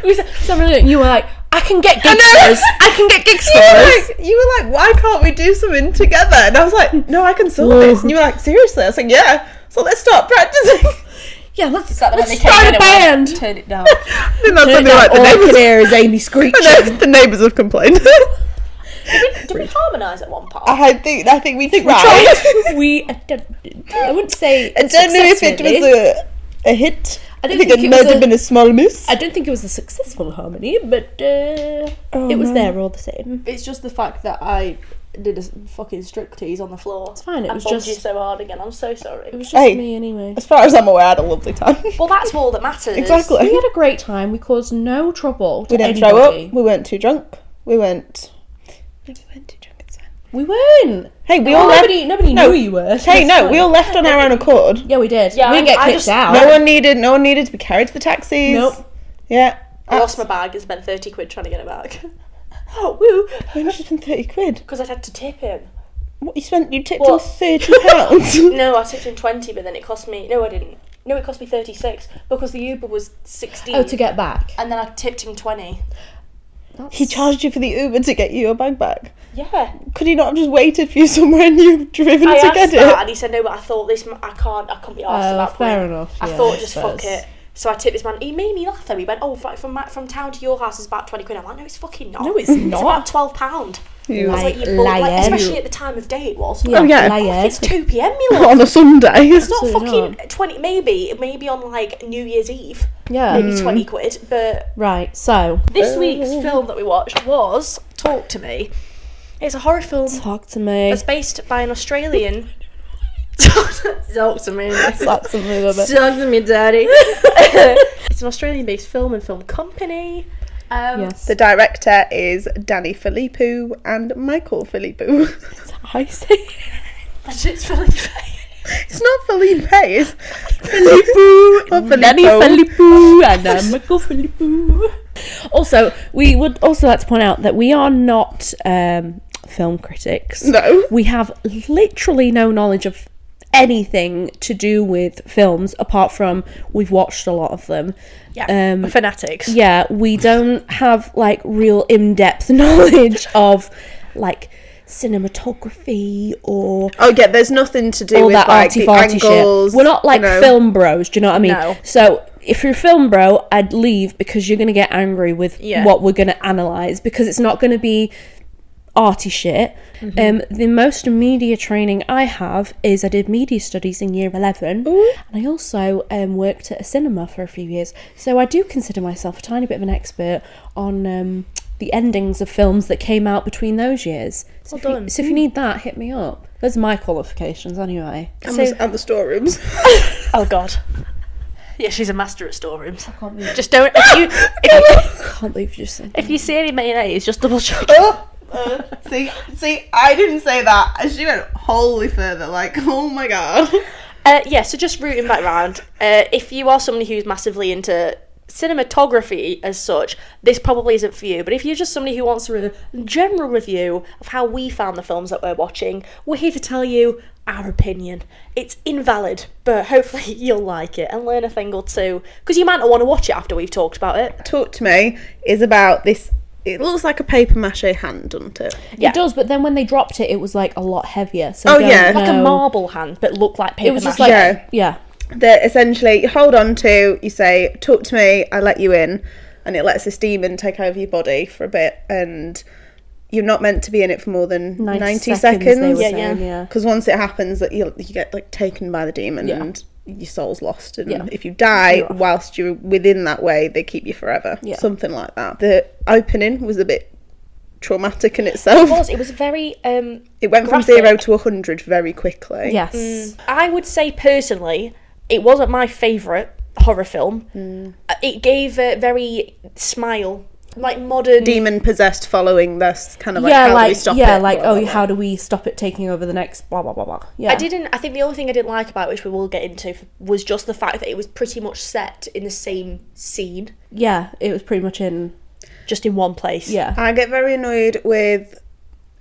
S4: You said something like- you were like, I can get gigs
S3: know.
S4: for us. I can get gigs for
S3: You were,
S4: us.
S3: like, you were like, why can't we do something together? And I was like, no, I can solve this. And you were like, seriously? I was like, yeah. So let's start practicing.
S4: Yeah, let's,
S5: Is that the one
S4: let's
S5: they came
S4: start
S5: in
S4: a
S5: and went,
S4: band.
S5: Turn it down.
S3: I think that's
S4: Turn it
S3: something like the
S4: down, all I can
S3: neighbours.
S4: hear is Amy
S3: the
S4: screeching.
S3: neigh- The neighbours have complained.
S2: Did we harmonise at one part?
S3: I think I think we tried.
S4: we, I, don't, I wouldn't say.
S3: I don't know if it was a, a hit. I,
S4: don't
S3: think,
S4: think
S3: it
S4: it
S3: might
S4: was
S3: have
S4: a-
S3: been a small miss.
S4: I don't think it was a successful harmony, but uh, it
S3: Oh,
S4: was there all the same.
S2: It's just the fact that I did a s- fucking striptease on the floor. It's
S4: fine, it
S2: and
S4: was
S2: bumped
S4: just-
S2: you so hard again. I'm so sorry.
S4: It was just
S3: Hey.
S4: me anyway.
S3: As far as I'm aware, I had a lovely time.
S2: Well, that's all that matters.
S3: exactly.
S4: We had a great time. We caused no trouble to
S3: We didn't
S4: anybody.
S3: throw up. We weren't too drunk. We weren't. No, we weren't too drunk. It's fine.
S4: We weren't.
S3: Hey, we all left.
S4: nobody nobody
S3: No.
S4: knew you were. so
S3: Hey,
S4: that's
S3: no,
S4: fine.
S3: we all left on our own accord.
S4: Yeah, we did.
S2: Yeah,
S4: we didn't get
S2: I- I
S4: kicked
S2: just-
S4: out.
S3: No one needed. No one needed to be carried to the taxis.
S4: Nope.
S3: Yeah.
S2: I lost my bag and spent 30 quid trying to get it back. oh, woo!
S3: Why did you spend thirty quid?
S2: Because I had to tip him.
S3: What you spent? You tipped him
S2: What?
S3: thirty pounds.
S2: No, I tipped him 20, but then it cost me. No, I didn't. No, it cost me 36 because the Uber was 16.
S4: Oh, to get back.
S2: And then I tipped him 20.
S3: He charged you for the Uber to get you your bag back.
S2: Yeah.
S3: Could he not have just waited for you somewhere and you've driven
S2: I
S3: to
S2: asked
S3: get
S2: that,
S3: it?
S2: and he said, "No, but I thought this. m- I can't. I can't be asked
S4: Oh,
S2: about
S4: fair
S2: point.
S4: enough,
S2: I
S4: yeah,
S2: thought
S4: I
S2: just fuck
S4: suppose.
S2: it." So I tipped this man. He made me laugh though. He went, "Oh, fr- from my, from town to your house is about twenty quid." I'm like, "No, it's fucking not.
S4: No, it's
S2: It's
S4: not.
S2: about twelve pound."
S3: You-
S2: Like,
S4: Like,
S2: you bought, like,
S4: liar.
S2: especially at the time of day it was.
S4: Yeah,
S3: Oh, yeah.
S2: It's
S4: liars.
S2: two p.m. You lot.
S3: on a Sunday.
S2: It's not
S4: Absolutely
S2: fucking twenty. Maybe maybe on like New Year's Eve.
S4: Yeah.
S2: Maybe twenty quid. But
S4: Right. So
S2: this week's film that we watched was Talk to Me. It's a horror film
S4: talk to me.
S2: that's based by an Australian. Talk to me.
S4: That's something of it.
S2: Talk to me, daddy. it's an Australian based film and film company. Um,
S4: Yes.
S3: The director is Danny Filippo and Michael Filippo.
S4: I say.
S2: It's really
S3: it's not Felipe, it's Filippo or
S4: Danny
S3: Filippo.
S4: Filippo and uh, Michael Filippo. Also, we would also like to point out that we are not um, film critics.
S3: No.
S4: We have literally no knowledge of anything to do with films apart from we've watched a lot of them.
S2: yeah.
S4: Um,
S2: we're fanatics.
S4: yeah, we don't have like real in-depth knowledge of like cinematography or
S3: Oh yeah, there's nothing to do
S4: all
S3: with
S4: that
S3: like
S4: arty
S3: the
S4: farty
S3: angles.
S4: shit. We're not like
S3: you know.
S4: film bros. Do you know what I mean?
S2: No.
S4: So if you're a film bro, I'd leave because you're gonna get angry with
S2: Yeah.
S4: what we're gonna analyze because it's not gonna be arty shit.
S3: Mm-hmm.
S4: Um, the most media training I have is I did media studies in year eleven, and I also um, worked at a cinema for a few years. So I do consider myself a tiny bit of an expert on. Um, the endings of films that came out between those years. So, if,
S2: done.
S4: You, so if you need that, hit me up. Those are my qualifications anyway.
S3: And the- and the storerooms.
S2: Oh God. Yeah, she's a master at storerooms. Just don't. If you if you,
S4: I can't believe you just said
S2: if you see any mayonnaise, just double check.
S3: Oh, uh, see, see, I didn't say that. And She went wholly further. Like, oh my god.
S2: Uh, yeah, so just rooting back round. Uh, if you are somebody who's massively into cinematography as such, this probably isn't for you. But if you're just somebody who wants a re- general review of how we found the films that we're watching, we're here to tell you our opinion. It's invalid, but hopefully you'll like it and learn a thing or two. Because you might not want to watch it after we've talked about it.
S3: Talk to me is about this. It looks like a paper mache hand, doesn't it?
S2: Yeah.
S4: It does, but then when they dropped it, it was like a lot heavier. So
S3: Oh,
S4: I don't
S3: yeah.
S4: know.
S2: Like a marble hand, but looked like paper.
S4: It was just
S2: mache.
S4: like
S3: Yeah.
S4: yeah.
S3: That essentially you hold on to. You say, "Talk to me. I let you in," and it lets this demon take over your body for a bit. And you're not meant to be in it for more than
S4: 90
S3: ninety,
S4: seconds, they
S3: seconds.
S4: were
S2: yeah.
S4: saying, yeah.
S3: Because once it happens, that you you get like taken by the demon
S4: Yeah.
S3: and your soul's lost. And
S4: Yeah.
S3: if you die
S4: You're off.
S3: whilst you're within that way, they keep you forever.
S4: Yeah.
S3: Something like that. The opening was a bit traumatic in itself.
S2: It was. It was very. Um,
S3: It went from
S2: graphic.
S3: zero to a hundred very quickly.
S4: Yes.
S3: mm,
S2: I would say personally, it wasn't my favourite horror film. Uh, It gave a very smile like modern
S3: demon possessed following this kind of like
S4: yeah,
S3: how do we
S4: like
S3: stop
S4: yeah,
S3: it?
S4: like
S3: Blah,
S4: oh,
S3: blah,
S4: how do we stop it taking over the next blah blah blah blah. Yeah,
S2: I didn't. I think the only thing I didn't like about it, which we will get into, was just the fact that it was pretty much set in the same scene,
S4: Yeah, it was pretty much in.
S2: just in one place.
S4: Yeah,
S3: I get very annoyed with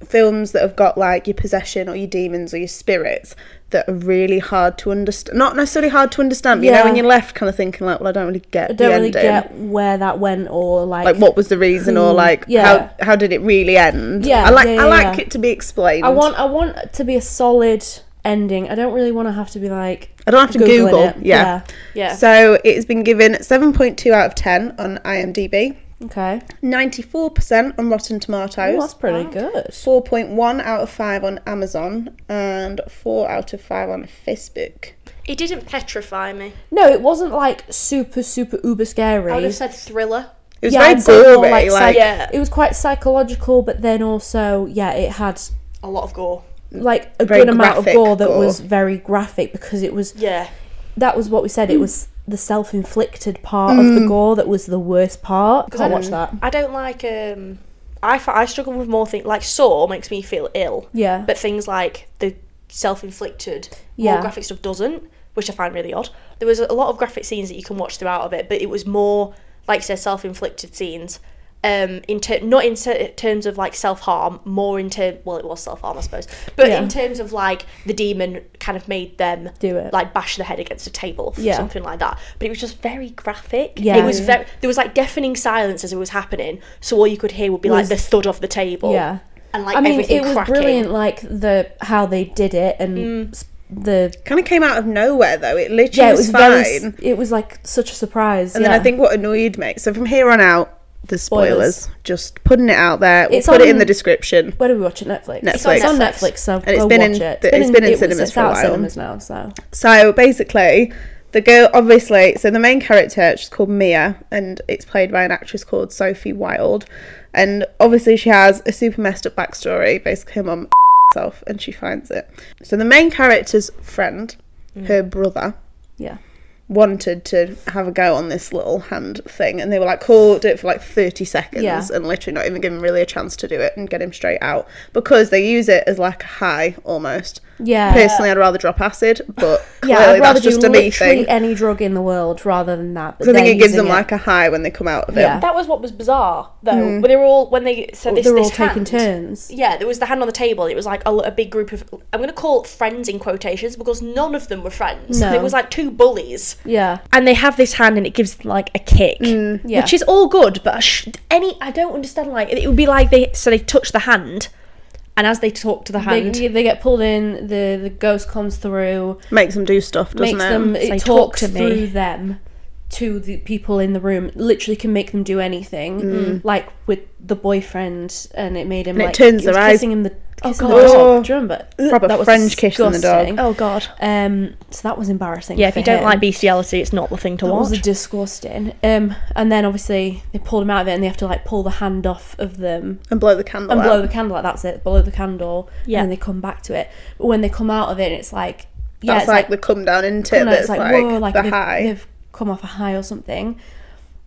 S3: films that have got like your possession or your demons or your spirits that are really hard to understand. Not necessarily hard to understand, but you
S4: Yeah.
S3: know, when you're left kind of thinking like, well, I don't really get
S4: I don't
S3: the
S4: really
S3: ending.
S4: get where that went or like.
S3: like what was the reason or like
S4: yeah.
S3: how how did it really end?
S4: Yeah,
S3: I like
S4: yeah, yeah,
S3: I like
S4: yeah.
S3: it to be explained.
S4: I want I want it to be a solid ending. I don't really want to have to be like.
S3: I don't have to
S4: Googling
S3: Google.
S4: it.
S3: Yeah.
S2: Yeah.
S3: So it's been given seven point two out of ten on IMDb,
S4: yeah. Okay.
S3: ninety four percent on Rotten Tomatoes.
S4: Well, that's pretty good.
S3: 4.1 out of 5 on Amazon and 4 out of 5 on Facebook.
S2: It didn't petrify me.
S4: No, it wasn't like super super uber scary.
S2: I would have said thriller.
S3: It was
S4: yeah, I'd say
S3: very
S4: more,
S3: gory. Like,
S4: like, psych-
S2: Yeah.
S4: It was quite psychological, but then also, yeah, it had
S2: A lot of gore.
S4: like a
S3: Very
S4: good amount of
S3: graphic
S4: gore that
S3: gore.
S4: was very graphic because it was
S2: Yeah.
S4: that was what we said
S3: Mm.
S4: it was the self-inflicted part of the gore that was the worst part. Can't watch that.
S2: I don't like. Um, I fi- I struggle with more things like Saw makes me feel ill.
S4: Yeah.
S2: But things like the self-inflicted,
S4: Yeah.
S2: more graphic stuff doesn't, which I find really odd. There was a lot of graphic scenes that you can watch throughout of it, but it was more like you said, self-inflicted scenes. Um, in ter- not in ter- terms of like self harm, more in terms well, it was self harm, I suppose, but
S4: Yeah.
S2: in terms of like the demon kind of made them
S4: Do it.
S2: like bash their head against a table,
S4: Yeah.
S2: something like that. But it was just very graphic.
S4: Yeah.
S2: it was very there was like deafening silence as it was happening, so all you could hear would be like
S4: Was-
S2: the thud of the table.
S4: Yeah.
S2: and like
S4: I mean,
S2: everything
S4: it was
S2: cracking.
S4: brilliant, like the how they did it and s- the
S3: kind of came out of nowhere though. It literally
S4: yeah, it
S3: Mm. was,
S4: was
S3: fine.
S4: very. s- It was like such a surprise.
S3: and
S4: yeah.
S3: then I think what annoyed me. So from here on out, the spoilers.
S4: Spoilers.
S3: Just putting it out there. We'll
S4: It's
S3: put it in
S4: on-
S3: the description.
S4: Where do we watch it? Netflix.
S3: Netflix. It's on
S4: It's on
S2: Netflix.
S4: Netflix, so
S3: it's
S4: go
S3: been
S4: watch
S3: in-
S4: it.
S3: th- it's been in
S4: it was-
S3: cinemas
S4: it's
S3: for a
S4: out
S3: while.
S4: cinemas now, so
S3: So basically, the girl obviously. So the main character she's called Mia, and it's played by an actress called Sophie Wilde. And obviously, she has a super messed up backstory. Basically, her mum herself, and she finds it. So the main character's friend, her brother,
S4: yeah.
S3: wanted to have a go on this little hand thing and they were like cool do it for like 30 seconds
S4: Yeah.
S3: and literally not even give him really a chance to do it and get him straight out because they use it as like a high almost
S4: Yeah.
S3: personally i'd rather drop acid but
S4: Yeah,
S3: clearly
S4: I'd rather
S3: that's just
S4: do
S3: a me
S4: literally
S3: thing
S4: any drug in the world rather than that. But
S3: i think
S4: they're
S3: it gives
S4: using
S3: them like a high when they come out of it
S4: Yeah.
S2: That was what was bizarre though. But they were all when they so this
S4: they're all
S2: this
S4: taking
S2: hand,
S4: turns.
S2: Yeah, there was the hand on the table. It was like a, a big group of I'm going to call it friends in quotations because none of them were friends.
S4: No.
S2: There was like two bullies.
S4: Yeah,
S2: and they have this hand and it gives them, like a kick
S4: yeah.
S2: which is all good but I sh- any i don't understand like it would be like they so they touch the hand and as they talk to the
S4: they,
S2: hand
S4: they get pulled in. The the ghost comes through,
S3: makes them do stuff doesn't
S4: makes
S3: it
S4: them
S2: Say,
S4: it
S2: "Talk
S4: talks
S2: to me."
S4: through them to the people in the room. Literally can make them do anything.
S2: Mm.
S4: Like with the boyfriend, and it made him
S3: And it
S4: like
S3: turns
S4: he was
S3: their eyes-
S4: kissing him the kissing
S2: God.
S4: the dog.
S3: Oh.
S4: Do you remember?
S3: Proper
S4: that was
S3: French kiss on the dog.
S4: disgusting.
S2: oh god
S4: Um, so that was embarrassing.
S2: yeah if
S4: for
S2: you don't
S4: him.
S2: like bestiality it's not the thing to
S4: That was
S2: watch
S4: disgusting. Um, and then obviously they pulled him out of it, and they have to like pull the hand off of them
S3: and blow the candle
S4: and
S3: out
S4: blow the candle. Like that's it, blow the candle.
S2: Yeah.
S4: And then they come back to it. But when they come out of it, it's like yeah,
S3: that's
S4: it's
S3: like, the come down into it
S4: come on,
S3: that's
S4: it's
S3: like,
S4: like, whoa, like
S3: the
S4: they've,
S3: high
S4: they've come off a high or something.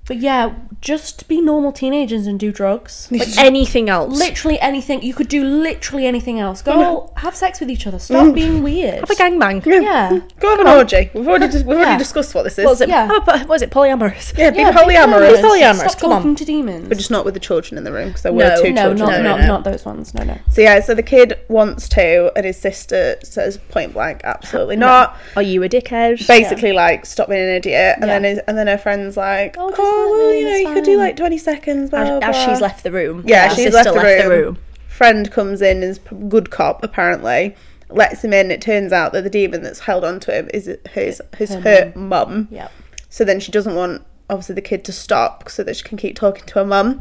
S4: But yeah, just be normal teenagers and do drugs. Like,
S2: like anything else
S4: literally anything. You could do literally anything else. Go have sex with each other. Stop being weird.
S2: have a gangbang
S4: yeah.
S3: go have an orgy we've already dis- we've
S4: Yeah.
S3: already discussed what this is
S2: what was it
S4: Yeah.
S2: yeah. was it polyamorous
S3: yeah, be
S4: Yeah, be
S3: polyamorous
S4: polyamorous.
S2: Polyamorous,
S4: Stop
S2: come on.
S4: talking to demons.
S3: but just not with the children in the room because there were two
S4: no,
S3: children
S4: not,
S3: in the
S4: not,
S3: room.
S4: not those ones. No, no.
S3: So yeah, so the kid wants to, and his sister says point blank, absolutely not.
S2: are you a dickhead
S3: Basically, like stop being an idiot, and
S4: Yeah.
S3: then his, and then her friend's like, oh,
S4: just let
S3: well,
S4: me,
S3: you know,
S4: it's
S3: you could do
S4: fine."
S3: like twenty seconds. Blah,
S2: as,
S3: blah,
S2: as she's
S3: blah.
S2: left the room
S3: Yeah,
S2: her
S3: she's
S2: sister
S3: left the room.
S2: room
S3: Friend comes in and is p- good cop apparently, lets him in. It turns out that the demon that's held onto him is his his her, mum.
S4: Yep.
S3: So then she doesn't want obviously the kid to stop so that she can keep talking to her mum.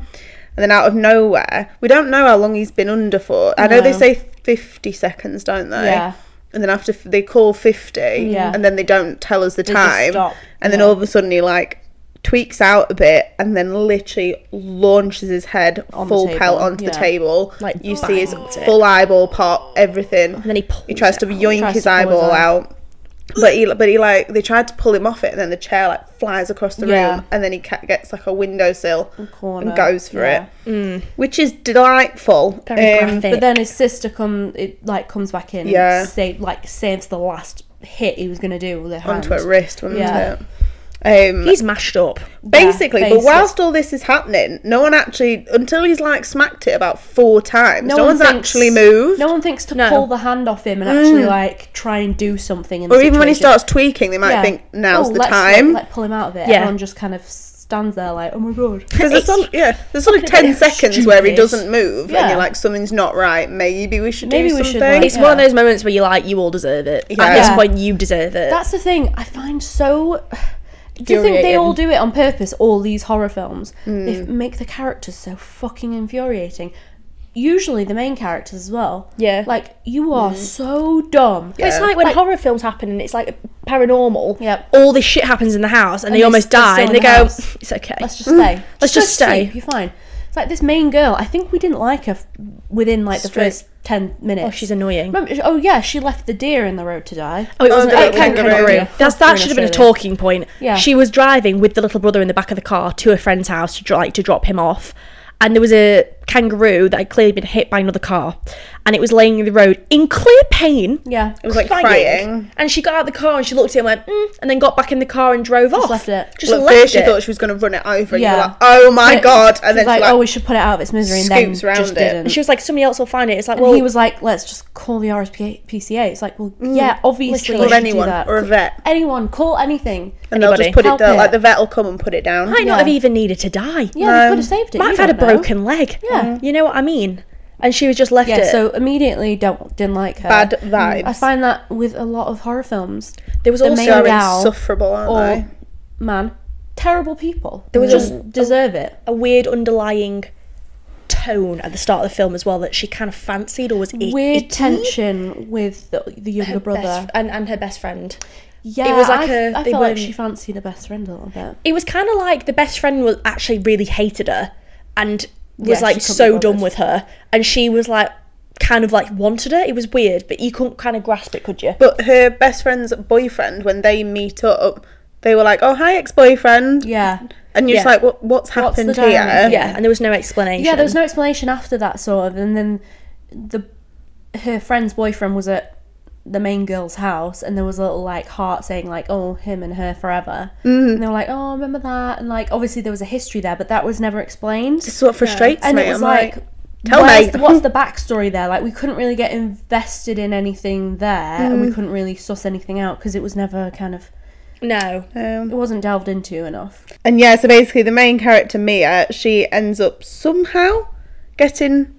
S3: And then out of nowhere, we don't know how long he's been under for. I know they
S4: No.
S3: say 50 seconds, don't they?
S4: Yeah.
S3: And then after f- they call 50,
S4: Yeah.
S3: and then they don't tell us the
S4: just
S3: time.
S4: stop,
S3: And then all of a sudden he like tweaks out a bit and then literally launches his head
S4: On the
S3: full
S4: table,
S3: pelt onto the
S4: yeah.
S3: table.
S2: Like,
S3: you see his
S2: bangs it.
S3: full eyeball pop, everything.
S2: and then he pulls
S3: He tries
S2: it
S3: to
S2: out.
S3: yoink
S4: Tries
S3: his
S4: to pull his
S3: eyeball
S4: eye.
S3: out. But he, but he like they tried to pull him off it, and then the chair like flies across the Yeah. room, and then he ca- gets like a windowsill
S4: corner,
S3: and goes for
S4: yeah. Mm.
S3: it, which is delightful. Um,
S2: Very graphic.
S4: But then his sister come it like comes back in.
S3: Yeah.
S4: And save, like saves the last hit he was gonna do with her hand.
S3: onto her wrist, wasn't
S4: Yeah.
S3: it? Um,
S2: He's mashed up.
S3: basically, but
S4: basically.
S3: whilst all this is happening, no one actually until he's like smacked it about four times. No, one's
S4: thinks-
S3: actually moved. Mm.
S4: No one thinks to
S2: No.
S4: pull the hand off him and actually like try and do something. In the
S3: or even when he
S4: situation.
S3: starts tweaking, they might
S4: Yeah.
S3: think now's
S4: Oh,
S3: the
S4: let's, like,
S3: time.
S4: Let, pull him out of it.
S2: Yeah.
S4: Everyone just kind of stands there like, oh my god.
S3: Because there's some, yeah, there's sort of
S2: Fucking
S3: ten
S2: a bit
S3: seconds where he
S2: stupid.
S3: doesn't move, and
S4: Yeah.
S3: you're like, something's not right. Maybe we should
S4: Maybe
S3: do
S4: we
S3: something.
S4: should, like-
S2: It's one of those moments where you're like, you all deserve it. At this
S3: Yeah.
S2: point, you deserve it.
S4: That's the thing I find so. Do you think they all do it on purpose? All these horror films
S3: Hmm.
S4: they f- make the characters so fucking infuriating. Usually the main characters as well.
S2: Yeah.
S4: like you
S3: Hmm.
S4: are so dumb.
S2: It's like when horror films happen and it's like paranormal.
S4: Yep.
S2: All this shit happens in the house and,
S4: And
S2: they
S4: they
S2: almost
S4: s- they're
S2: die
S4: still
S2: and
S4: in
S2: they
S4: the
S2: go,
S4: house.
S2: it's okay.
S4: Let's
S3: Hmm.
S4: just stay.
S2: Let's just stay.
S4: sleep, You're fine. It's like this main girl. I think we didn't like her f- within like the
S2: Straight-
S4: first ten minutes.
S2: oh, she's annoying.
S4: Remember, oh yeah, she left the deer in the road to die.
S2: Oh, it wasn't
S3: the
S2: a
S3: little
S2: kangaroo.
S3: kangaroo.
S4: Yeah,
S2: That's,
S4: fuck
S2: that
S4: you,
S2: should have been a
S4: Australia.
S2: talking point.
S4: Yeah.
S2: She was driving with the little brother in the back of the car to a friend's house to, dro- like, to drop him off. And there was a kangaroo that had clearly been hit by another car. And it was laying in the road in clear pain.
S4: Yeah,
S3: It was like crying.
S2: And she got out of the car and she looked at it and went, mm, and then got back in the car and drove off.
S4: left it.
S2: Just
S3: Well, at
S2: left
S3: first, she
S2: it.
S3: thought she was going to run it over, and you were
S4: Yeah.
S3: like, "Oh my
S4: But
S3: god!" And
S4: she's
S3: then
S4: like,
S3: she
S4: oh,
S3: like,
S4: we should put it out of its misery, and then
S3: scoops round
S4: just
S3: it.
S4: didn't.
S2: And she was like, somebody else will find it. It's like,
S4: And
S2: well, Mm.
S4: he was like, let's just call the RSPCA. It's like, well, yeah, obviously,
S2: Literally.
S4: you
S3: or
S4: should
S3: anyone,
S4: do that.
S3: or a vet,
S4: anyone, call anything.
S3: and they'll
S2: Anybody.
S3: just put it
S4: Help
S3: down.
S4: it.
S3: Like the vet will come and put it down.
S2: might not
S4: Yeah.
S2: have even needed to die.
S4: Yeah, they could have saved it.
S2: Might
S4: you
S2: have had a
S4: don't know.
S2: broken leg.
S4: Yeah.
S2: You know what I mean? And she was just left
S4: Yeah,
S2: it.
S4: so immediately don't didn't like her.
S3: Bad vibes.
S4: I find that with a lot of horror films,
S2: there was
S4: the
S2: also
S4: main
S3: They're
S4: gal
S3: insufferable, aren't
S4: or
S3: they?
S4: man, terrible people. They
S2: There was
S4: just
S2: a-
S4: deserve it.
S2: a weird underlying tone at the start of the film as well that she kind of fancied or was it-
S4: Weird
S2: icky.
S4: tension with the, the younger
S2: E Her
S4: brother.
S2: best- and, and her best friend.
S4: yeah,
S2: was like
S4: I,
S2: a-
S4: I
S2: they
S4: felt like
S2: weren't-
S4: she fancied her best friend a little bit.
S2: It was kind of like the best friend was actually really hated her and was
S4: Yeah, she
S2: like
S4: couldn't be
S2: so done
S4: bothered.
S2: with her, and she was like kind of like wanted her. It was weird, but you couldn't kind of grasp it, could you?
S3: But her best friend's boyfriend, when they meet up, they were like, "Oh, hi, ex-boyfriend,"
S4: Yeah.
S3: and you're just
S2: Yeah.
S3: like, "What? What's
S4: the
S3: happened
S4: dynamic?
S3: here?"
S2: yeah, and there was no explanation.
S4: Yeah, there was no explanation after that sort of, and then the her friend's boyfriend was at the main girl's house, and there was a little like heart saying like, "Oh, him and her forever," and they were like, "Oh, remember that?" And like, obviously there was a history there, but that was never explained,
S3: This is what frustrates
S4: and
S3: me.
S4: it was
S3: I'm like,
S4: like.
S3: "Tell
S4: where's-
S3: me."
S4: what's the backstory there? Like, we couldn't really get invested in anything there, and we couldn't really suss anything out because it was never kind of
S2: no.
S3: Um,
S4: it wasn't delved into enough.
S3: And yeah, so basically, the main character Mia, she ends up somehow getting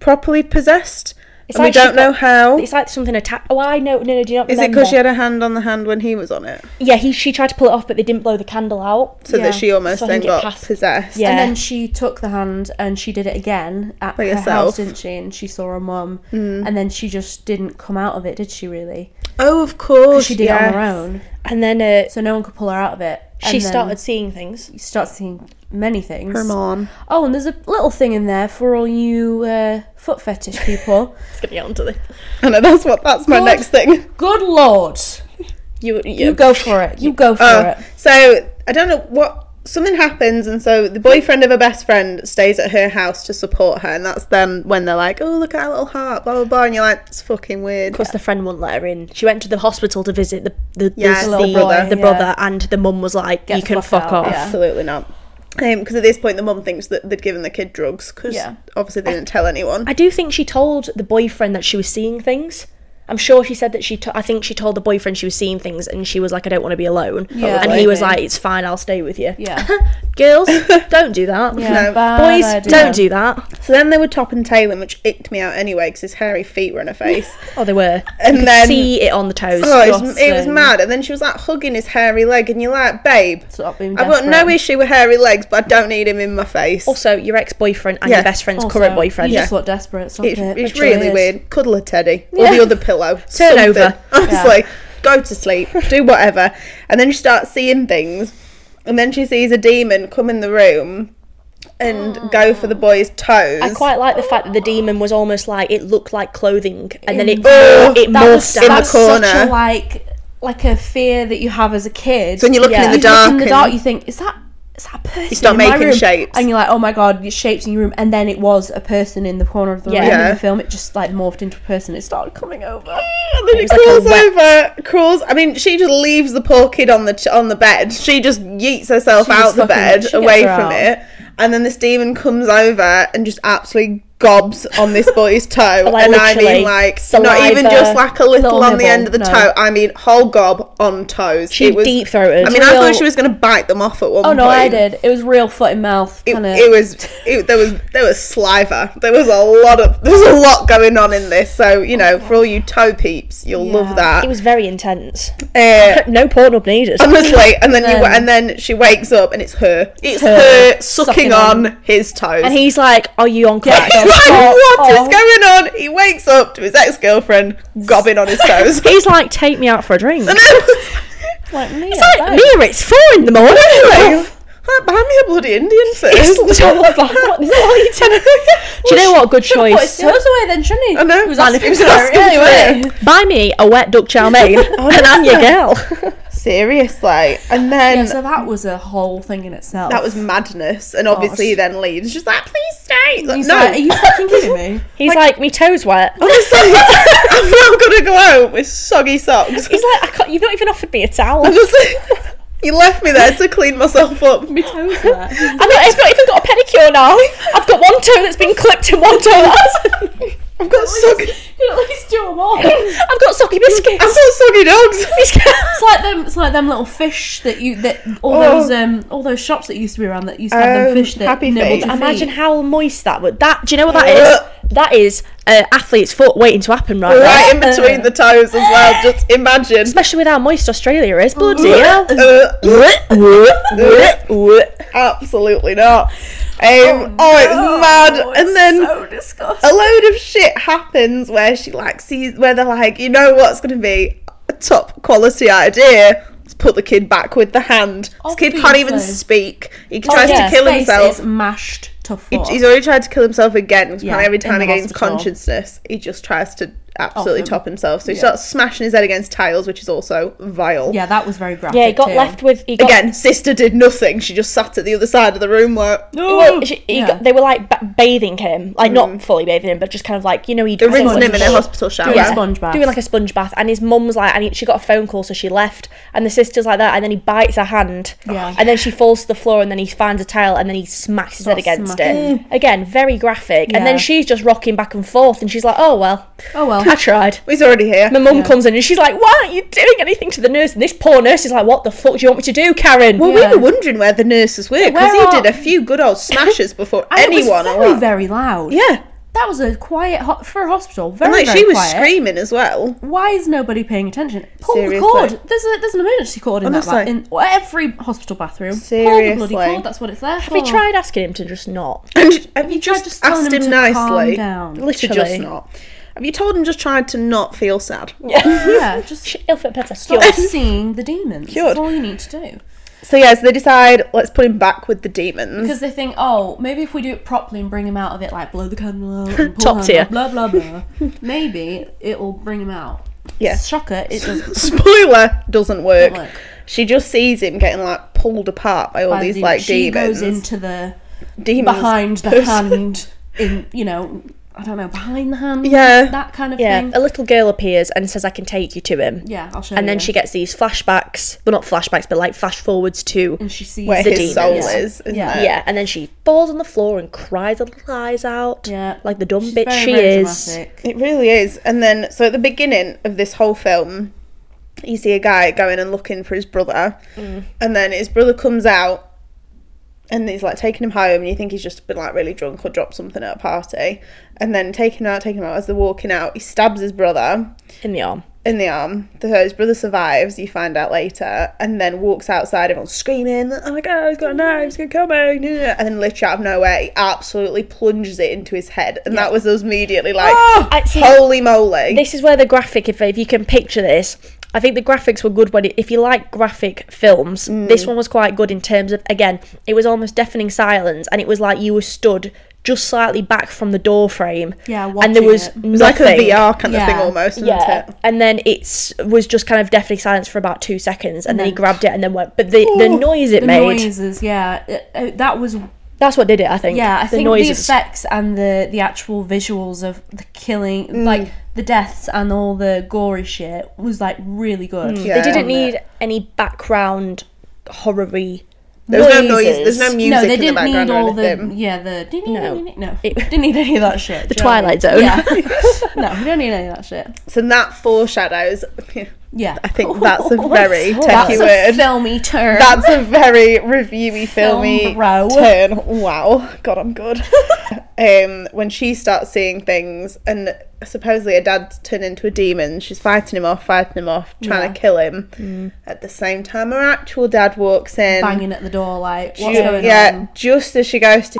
S3: properly possessed,
S2: It's
S3: and we
S2: like she
S3: don't know
S2: got-
S3: how. Is
S2: It's like something attacked. Oh, I know. No, no, do you not
S3: it
S2: remember?
S3: because she had a hand on the hand when he was on it,
S2: yeah, he she tried to pull it off, but they didn't blow the candle out.
S3: so
S4: Yeah.
S3: that she almost
S2: So I
S3: then
S2: think it
S3: got
S2: passed-
S3: possessed?
S2: Yeah.
S4: And then she took the hand and she did it again at
S3: By
S4: her
S3: yourself. Mm.
S4: house, didn't she? And she saw her mum. And then she just didn't come out of it, did she really?
S3: Oh, of course.
S4: She did it on her
S3: yes.
S4: own.
S2: And then uh,
S4: So no one could pull her out of it.
S2: she
S4: And then
S2: started seeing things.
S4: You start seeing many things.
S3: Her mom.
S4: Oh, and there's a little thing in there for all you uh, foot fetish people.
S2: Let's get me onto this.
S3: I know that's what that's my
S4: Good.
S3: next thing.
S4: Good lord.
S2: You,
S4: You go for it. You go for
S3: Uh,
S4: it.
S3: so I don't know what something happens, and so the boyfriend of her best friend stays at her house to support her, and that's then when they're like, "Oh, look at our little heart," blah blah blah, and you're like, "It's fucking weird."
S2: Because the friend wouldn't let her in. She went to the hospital to visit the the,
S3: Yeah,
S2: the,
S3: the little
S2: the-
S3: brother.
S2: the
S4: Yeah.
S2: brother, and the mum was like,
S4: Get
S2: "You
S4: the
S2: can
S4: fuck
S2: fuck
S4: out,
S2: off."
S4: yeah.
S3: Absolutely not. Because at this point, the mum thinks that they'd given the kid drugs because
S4: Yeah.
S3: obviously they didn't tell anyone.
S2: I do think she told the boyfriend that she was seeing things. I'm sure she said that she. To- I think she told the boyfriend she was seeing things, and she was like, "I don't want to be alone."
S4: Yeah,
S2: and he was
S4: maybe.
S2: like, "It's fine, I'll stay with you."
S4: Yeah.
S2: Girls, don't do that.
S4: Yeah,
S3: No.
S4: bad
S2: Boys,
S4: idea.
S2: don't do that.
S3: So then they were top and tailing, which icked me out anyway because his hairy feet were in her face.
S2: Oh, they were.
S3: And
S2: You could
S3: then-
S2: see it on the toes.
S3: oh, it was, it was
S4: Disgusting.
S3: mad. And then she was like hugging his hairy leg, and you're like, babe,
S4: Stop being
S3: I've got no
S4: desperate.
S3: issue with hairy legs, but I don't need him in my face.
S2: also, your ex-boyfriend and
S3: Yeah.
S2: your best friend's
S4: Also,
S2: current boyfriend.
S4: You just look desperate. Stop
S3: it's
S4: it.
S3: it's
S4: Put your
S3: really
S4: ears.
S3: weird. Cuddle a teddy or the
S4: Yeah.
S3: other pillow.
S2: Turn
S3: something.
S2: over.
S3: Honestly, go to sleep. Do whatever. And then she starts seeing things. And then she sees a demon come in the room and go for the boy's toes.
S2: I quite like the fact that the demon was almost like it looked like clothing, and then it
S3: Oh,
S2: it
S4: That was,
S2: morphed
S3: in
S4: that
S2: out.
S3: the
S4: was
S3: corner.
S4: such a like like a fear that you have as a kid.
S3: So when you're looking in the
S4: You look
S3: dark
S4: in the
S3: and-
S4: dark, you think, is that is that a person?
S3: You start
S4: in my
S3: making
S4: room?"
S3: shapes.
S4: and you're like, oh my god, your shapes in your room, and then it was a person in the corner of the
S2: Yeah.
S4: room
S3: Yeah.
S4: in the film. It just like morphed into a person. It started coming over.
S3: And then it
S4: It's like a
S3: crawls
S4: wet-
S3: over, crawls. I mean, she just leaves the poor kid on the ch- on the bed. She just yeets herself
S4: She just
S3: out the
S4: fucking- she
S3: bed,
S4: gets
S3: away
S4: her
S3: from
S4: out.
S3: it. And then this demon comes over and just absolutely gobs on this boy's toe.
S2: Like,
S3: and I mean,
S2: literally,
S3: like, not
S2: saliva,
S3: even just like a little,
S4: little
S3: on the
S4: nibble,
S3: end of the
S4: no.
S3: toe. I mean, whole gob on toes.
S2: She deep-throated.
S3: I mean, I
S4: Real-
S3: thought she was going to bite them off at one
S4: Oh
S3: point.
S4: no, I did. It was real foot in mouth
S3: It,
S4: kind of.
S3: it was it, there was there was sliver. There was a lot of there was a lot going on in this. So you know, for all you toe peeps, you'll love that.
S2: It was very intense.
S3: Uh,
S2: No Pornhub needed.
S3: Honestly, and then you,
S4: Then-
S3: and then she wakes up and it's her. It's her, sucking,
S4: sucking
S3: on, his toes.
S2: And he's like, "Are you on crack?"
S3: He's like,
S4: Oh,
S3: what is
S4: oh.
S3: going on? He wakes up to his ex girlfriend gobbing on his toes.
S2: he's like, "Take me out for a drink."
S3: and then,
S4: like me.
S2: It's like, Mia, it's four in the morning.
S3: like, buy me a bloody Indian first.
S2: It's all about what this is all you do. Do you know what? Good
S4: Put his
S2: choice.
S4: toes away then, shouldn't he?
S3: I know.
S4: He was
S3: That's-
S4: asking
S3: he was
S4: for it
S3: asking for
S4: anyway.
S3: it.
S2: Buy me a wet duck chow mein, and I'm your girl.
S3: Seriously, and then
S4: Yeah, so that was a whole thing in itself.
S3: that was madness. And obviously, he then leaves. She's like, please stay. He's like,
S4: He's
S3: no,
S4: like, are you fucking kidding me?
S2: He's like, "Me toes wet."
S3: honestly, I'm not gonna go out with soggy socks.
S2: He's like, I can't, "You've not even offered me a towel."
S3: I'm just like, you left me there to clean myself up.
S4: toes were.
S2: I've not, I've not even got a pedicure now. I've got one toe that's been clipped and one toe that's.
S3: I've got soggy.
S4: You at least do them all. It's
S2: I've got socky
S3: I've
S2: biscuits.
S3: got soggy dogs.
S4: like them. It's like them little fish that you that all
S3: Oh.
S4: those um all those shops that used to be around that used to have
S3: Um,
S4: them fish that
S3: Happy
S4: nibbled
S3: Feet.
S4: your feet.
S2: Imagine how moist that would. That do you know what that is? That is an athlete's foot waiting to happen right, now.
S3: right in between the toes as well. Just imagine.
S2: Especially with how moist Australia is. Bloody hell.
S3: Uh,
S2: It's
S3: absolutely not. Um, oh, it's mad. and then
S4: so disgusting.
S3: a load of shit happens where she like sees where they're like, you know what's going to be a top quality idea. Let's put the kid back with the hand. This kid can't even
S4: Obviously.
S3: speak. He tries
S2: yeah.
S3: to kill
S4: Face
S3: himself.
S4: is mashed to
S3: He-
S4: full.
S3: he's already tried to kill himself again. 'cause
S4: Yeah,
S3: apparently every
S4: in
S3: time
S4: the
S3: he gains
S4: hospital.
S3: consciousness, he just tries to absolutely
S4: Off him.
S3: top himself. So he starts smashing his head against tiles, which is also vile.
S4: yeah, that was very graphic.
S2: yeah, he got
S4: too.
S2: left with he got
S3: Again, sister did nothing. She just sat at the other side of the room like
S2: Well, she- he
S4: Yeah.
S2: got- they were like ba- bathing him, like not fully bathing him, but just kind of like you know he
S3: They're rinsing him in a hospital shower.
S4: Yeah. Sponge bath.
S2: doing like a sponge bath, and his mum was like, and he, she got a phone call, so she left, and the sister's like that, and then he bites her hand,
S4: Yeah.
S2: and then she falls to the floor, and then he finds a tile, and then he smacks his head against it. Again, very graphic, and
S4: Yeah.
S2: then she's just rocking back and forth, and she's like, oh well,
S4: Oh well.
S2: I tried.
S3: He's already here.
S2: My mum comes in and she's like, "Why aren't you doing anything to the nurse?" And this poor nurse is like, "What the fuck do you want me to do, Karen?"
S3: Well,
S4: Yeah.
S3: we were wondering where the nurses were because
S4: Where
S3: he
S4: are-
S3: did a few good old smashes before
S4: And it was
S3: anyone.
S4: very
S3: arrived.
S4: very loud.
S3: yeah,
S4: That was a quiet ho- for a hospital. Very
S3: and like
S4: very
S3: she was
S4: quiet.
S3: screaming as well.
S4: Why is nobody paying attention? Pull
S3: Seriously.
S4: the cord. There's a there's an emergency cord in that that
S3: Honestly.
S4: in every hospital bathroom. Pull the
S3: Seriously.
S4: bloody cord. That's what it's there for.
S2: We tried asking him to just not.
S3: And she- have you,
S4: You tried
S3: just,
S4: just telling
S3: asked
S4: him
S3: him,
S4: to
S3: nicely
S4: calm down.
S3: to just
S2: Literally.
S3: not? Have you told him just tried to not feel sad?
S4: Yeah, just
S2: Ilford Petter.
S4: stop seeing the demons.
S3: Cured.
S4: That's all you need to do.
S3: So yes, they decide let's put him back with the demons.
S4: Because they think, oh, maybe if we do it properly and bring him out of it, like blow the candle out, and pull
S2: Top
S4: the
S2: tier.
S4: handle, blah blah blah, maybe it will bring him out.
S3: Yeah.
S4: Shocker, it doesn't.
S3: Spoiler doesn't work.
S4: Doesn't work.
S3: She just sees him getting like pulled apart by all
S4: by the
S3: these
S4: demon.
S3: like
S4: she
S3: demons.
S4: goes into the
S3: demons
S4: behind the
S3: pers-
S4: hand, in you know, I don't know, behind the hand,
S3: Yeah.
S4: that kind of
S2: Yeah,
S4: thing.
S2: a little girl appears and says, "I can take you to him."
S4: Yeah, I'll show you.
S2: And then she gets these flashbacks, well, not flashbacks, but like flash forwards to.
S4: and she sees
S3: where
S4: the
S3: his
S4: demons.
S3: soul
S2: demons.
S3: is. isn't
S4: Yeah.
S3: it?
S2: Yeah, and then she falls on the floor and cries her little eyes out.
S4: Yeah,
S2: Like the dumb
S4: She's
S2: bitch
S4: very,
S2: she
S4: very
S2: is.
S4: dramatic.
S3: It really is. And then, so at the beginning of this whole film, you see a guy going and looking for his brother, and then his brother comes out. And he's like taking him home, and you think he's just been like really drunk or dropped something at a party. And then taking him out, taking him out as they're walking out, he stabs his brother
S2: In the arm.
S3: in the arm. The, his brother survives, you find out later, and then walks outside, everyone's screaming, Oh my god, he's got a knife, he's gonna kill me. nah." And then, literally out of nowhere, he absolutely plunges it into his head. And that was us immediately like,
S2: I see.
S3: Holy moly.
S2: This is where the graphic, if, if you can picture this, I think the graphics were good when, it, if you like graphic films,
S4: Mm.
S2: this one was quite good in terms of, again, it was almost deafening silence and it was like you were stood just slightly back from the door frame.
S4: Yeah,
S2: and there
S4: watching
S2: was
S4: it.
S2: nothing.
S3: It was like a VR kind
S4: Yeah.
S3: of thing almost, wasn't
S2: Yeah,
S3: it?
S2: and then it was just kind of deathly silence for about two seconds, and then he grabbed it and then went. But the, the noise it
S4: the
S2: made,
S4: noises, yeah, it- uh, that was
S2: that's what did it, I think.
S4: yeah. I
S2: the
S4: think the
S2: noises.
S4: effects and the the actual visuals of the killing, like the deaths and all the gory shit, was like really good.
S3: Yeah.
S2: they didn't
S3: wasn't
S2: need any background horror-y
S3: There was no noise. There's no
S2: noises.
S3: music
S4: no, they
S3: in the
S4: didn't
S3: background
S4: need
S3: or
S4: all the
S3: anything.
S4: yeah the
S2: No.
S4: no no didn't need any of that shit.
S2: The
S4: do you know what I mean?
S2: Twilight Zone.
S4: Yeah, no, we don't need any of that shit.
S3: So that foreshadows.
S4: Yeah,
S3: I think that's a very
S4: that's
S3: techie
S4: a
S3: word.
S4: filmy term.
S3: That's a very reviewy, filmy
S4: bro.
S3: turn. Wow, God, I'm good. um, when she starts seeing things, and supposedly her dad's turned into a demon, she's fighting him off, fighting him off, trying to kill him. At the same time, her actual dad walks in,
S4: Mm. banging at the door like what's
S3: Ju-
S4: going
S3: yeah,
S4: on?
S3: just as she goes to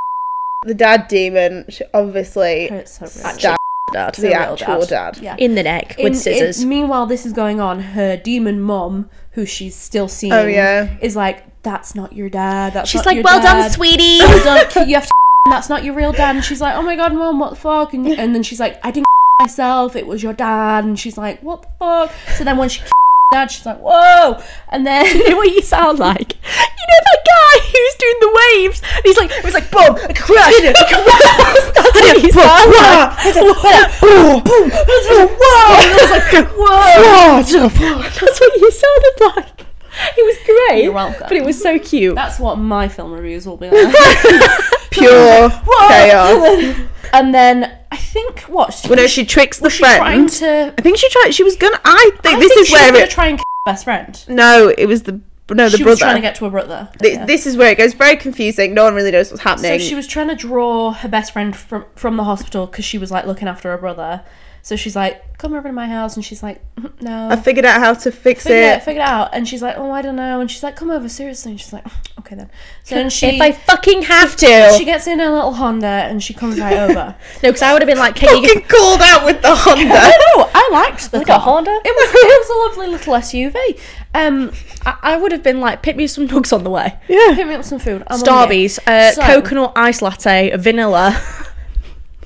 S3: the dad demon, she obviously
S4: Oh, It's so real.
S3: stabs
S2: dad
S3: the actual dad.
S4: Yeah.
S2: in the neck
S4: In-
S2: with scissors.
S4: in- meanwhile, this is going on. Her demon mom, who she's still seeing,
S3: Oh, yeah.
S4: is like, "That's not your dad." That's
S2: She's
S4: not
S2: like,
S4: your
S2: "Well done,
S4: dad.
S2: sweetie."
S4: Well done, kid, you have to. That's not your real dad." And she's like, "Oh my god, mom, what the fuck?" And, and then she's like, "I didn't myself. It was your dad." And she's like, "What the fuck?" So then when she dad, she's like, "Whoa!" And then
S2: You know what you sound like? You know that guy who's doing the waves? And he's like, it was like, boom, a crash, a crash. That's what you sound like. Boom, boom, whoa. It was like, whoa. That's what you sounded like. It was great.
S4: You're welcome.
S2: But it was so cute.
S4: that's what my film reviews will be like.
S3: Pure chaos.
S4: and then I think what she
S3: Well, no, she tricks the friend.
S4: trying to.
S3: I think she tried. She was gonna. I think
S4: I
S3: this
S4: think
S3: is
S4: she was
S3: where
S4: gonna
S3: it.
S4: try and kill her best friend.
S3: no, it was the no the
S4: she
S3: brother.
S4: was trying to get to her brother.
S3: Th- This is where it goes very confusing. No one really knows what's
S4: So
S3: happening.
S4: she was trying to draw her best friend from from the hospital because she was like looking after her brother. So she's like, "Come over to my house," and she's like, "Mm,
S3: I
S4: "No."
S3: figured out how to fix
S4: Figure it,
S3: it.
S4: figure it out, and she's like, "Oh, I don't know," and she's like, "Come over, seriously," and she's like, "Mm, "Okay then." So then she
S2: if I fucking have to.
S4: she gets in her little Honda and she comes right over.
S2: no, because I would have been like, can you get
S3: Fucking called out with the Honda.
S4: no, I liked the
S2: like a Honda?
S4: It was it was a lovely little SUV. Um,
S2: I, I would have been like, pick me some nugs on the way.
S4: pick me up some food. I'm on it.
S2: Starbies, uh,
S4: So-
S2: coconut ice latte, vanilla.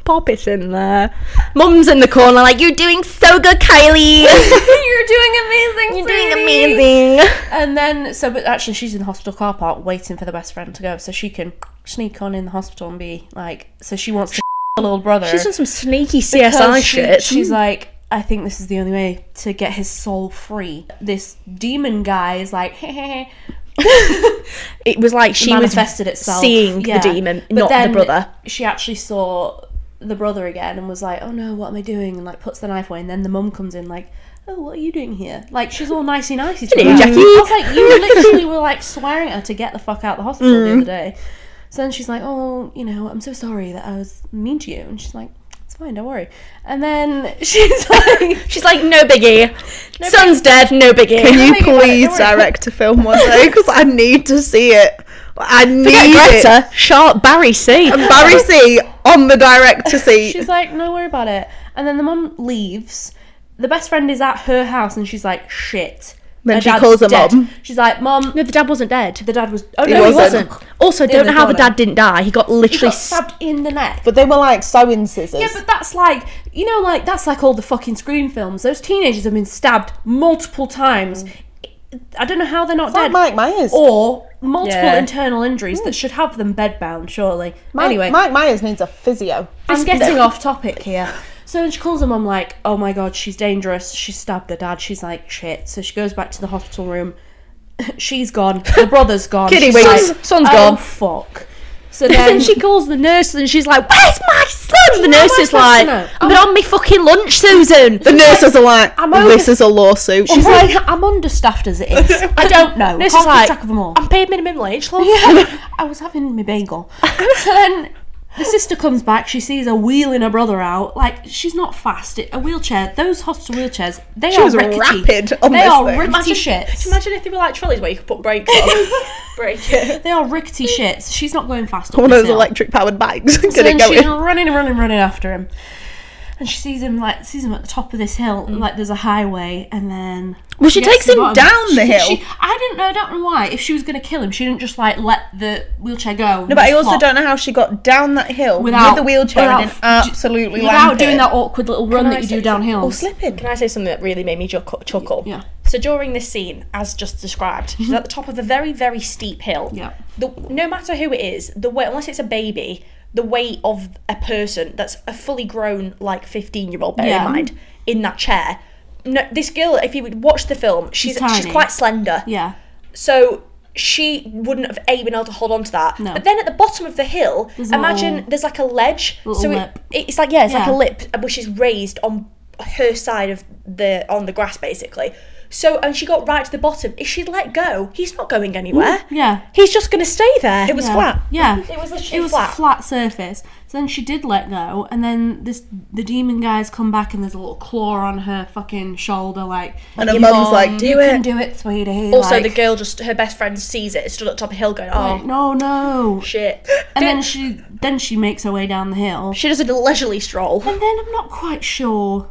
S2: Pop it in there. Mum's in the corner, like you're doing so good, Kylie.
S4: You're doing amazing.
S2: you're doing
S4: sweetie.
S2: amazing.
S4: And then, so, but actually, she's in the hospital car park waiting for the best friend to go, so she can sneak on in the hospital and be like, so she wants to her little brother.
S2: She's done some sneaky
S4: because
S2: CSI
S4: she-
S2: shit.
S4: She's like, I think this is the only way to get his soul free. This demon guy is like,
S2: it was like she was
S4: manifested itself.
S2: seeing
S4: Yeah.
S2: the demon,
S4: But
S2: not the
S4: then
S2: brother.
S4: She actually saw the brother again and was like, "Oh no, what am I doing?" and like puts the knife away. And then the mum comes in like, "Oh, what are you doing here?" Like she's all nicey nicey to
S2: Hello,
S4: her.
S2: Jackie.
S4: I was like, "You literally were like swearing at her to get the fuck out of the hospital the
S3: Mm-hmm.
S4: other day." So then she's like, "Oh, you know, I'm so sorry that I was mean to you," and she's like. It's fine, don't worry. And then she's like,
S2: She's like, no biggie. Son's dead, no biggie.
S3: Can you
S4: think about it,
S3: please
S4: don't worry.
S3: direct a film one day? Because I need to see it. I need
S2: Forget
S3: it.
S2: Greta, sharp Barry C.
S3: And Barry C on the director seat.
S4: she's like, no worry about it. And then the mum leaves. The best friend is at her house, and she's like, shit.
S3: Then
S4: My
S3: she
S4: dad's
S3: calls her
S4: dead.
S3: mum.
S4: She's like, mum,
S2: no, the dad wasn't dead.
S4: The dad was. Oh
S3: He
S4: no, he
S3: wasn't.
S4: wasn't.
S2: Also,
S4: In
S2: don't
S4: the
S2: know how the
S4: corner.
S2: dad didn't die. He got
S4: He
S2: literally
S4: got stabbed in the neck.
S3: but they were like sewing scissors.
S4: yeah, but that's like you know, like that's like all the fucking scream films. Those teenagers have been stabbed multiple times. I don't know how they're not dead.
S3: Mike Myers.
S4: or multiple
S2: Yeah.
S4: internal injuries
S2: Hmm.
S4: that should have them bedbound, surely. anyway,
S3: Mike Myers needs a physio.
S4: I'm getting off topic here. So then she calls her mum like, "Oh my god, she's dangerous. She stabbed her dad. She's like shit." So she goes back to the hospital room. she's gone. The brother's gone.
S3: Kitty
S4: She's
S3: wings.
S4: like,
S2: Son's- son's
S4: oh,
S2: gone."
S4: Fuck. So
S2: And
S4: then
S2: then she calls the nurse and she's like, Where's my son? The
S4: How am
S2: nurse
S4: I
S2: is
S4: supposed to
S2: like,
S4: know?
S2: I've been on my fucking lunch, Susan.
S3: The nurses are like,
S4: I'm
S3: this
S4: over-
S3: is a lawsuit.
S4: She's like, I'm understaffed as it is. I don't know.
S2: Nurse
S4: Can't
S2: is like,
S4: keep track of them all.
S2: I'm paid minimum wage, love.
S4: I was having my bagel. so then the sister comes back. She sees her wheeling her brother out. Like she's not fast. It, a wheelchair. Those hospital wheelchairs. They are
S3: was
S4: rickety.
S3: rapid on
S4: they
S3: this
S4: are
S3: thing.
S4: rickety
S2: Can you
S4: shits.
S2: Imagine if they were like trolleys where you could put brakes on. Break it.
S4: They are rickety shits. She's not going fast. up
S3: One of
S4: this
S3: those
S4: hill.
S3: electric powered bikes.
S4: So
S3: Gonna
S4: then
S3: go
S4: she's
S3: in.
S4: running, running, running after him. and she sees him like sees him at the top of this hill, like there's a highway, and then
S3: Well, she
S4: gets
S3: takes
S4: to
S3: him
S4: bottom.
S3: down the
S4: She-
S3: hill.
S4: she- I didn't know. I don't know why. If she was going to kill him, she didn't just like let the wheelchair go.
S3: No, but I also don't know how she got down that hill
S4: Without-
S3: with a wheelchair and then
S4: without-
S3: absolutely
S4: without
S3: landed.
S4: doing that awkward little run
S2: Can I
S4: that you
S2: say Oh,
S4: do downhill.
S3: or slipping.
S2: Can I say something that really made me chuckle? chuckle?
S4: Yeah.
S2: So during this scene, as just described, she's at the top of a very, very steep hill.
S4: Yeah.
S2: The, no matter who it is, the weight, unless it's a baby, the weight of a person that's a fully grown, like 15 year old, bear
S4: Yeah.
S2: in mind, in that chair. No, this girl, if you would watch the film, she's
S4: She's
S2: she's,
S4: tiny.
S2: quite slender.
S4: Yeah.
S2: So she wouldn't have a been able to hold on to that.
S4: No.
S2: But then at the bottom of the hill,
S4: There's a
S2: imagine
S4: little-
S2: there's like a ledge.
S4: little
S2: so it-
S4: lip.
S2: it's like yeah, it's like
S4: Yeah.
S2: a lip uh, which is raised on her side of the on the grass basically. So and she got right to the bottom. If she'd let go, he's not going anywhere.
S4: Yeah.
S2: He's just gonna stay there.
S3: It was
S4: yeah.
S3: flat.
S4: Yeah.
S2: It was literally
S4: It was
S2: flat.
S4: a flat surface. So then she did let go, and then this the demon guys come back, and there's a little claw on her fucking shoulder, like.
S3: And her
S4: "Your
S3: mum's
S4: mum,
S3: like, "Do
S4: you
S3: it."
S4: can do it, sweetie."
S2: also,
S4: like,
S2: the girl just her best friend sees it, stood at the top of the hill, going, "Oh
S4: like, No, no.
S2: shit!"
S4: And then she then she makes her way down the hill,
S2: she does a leisurely stroll.
S4: and then I'm not quite sure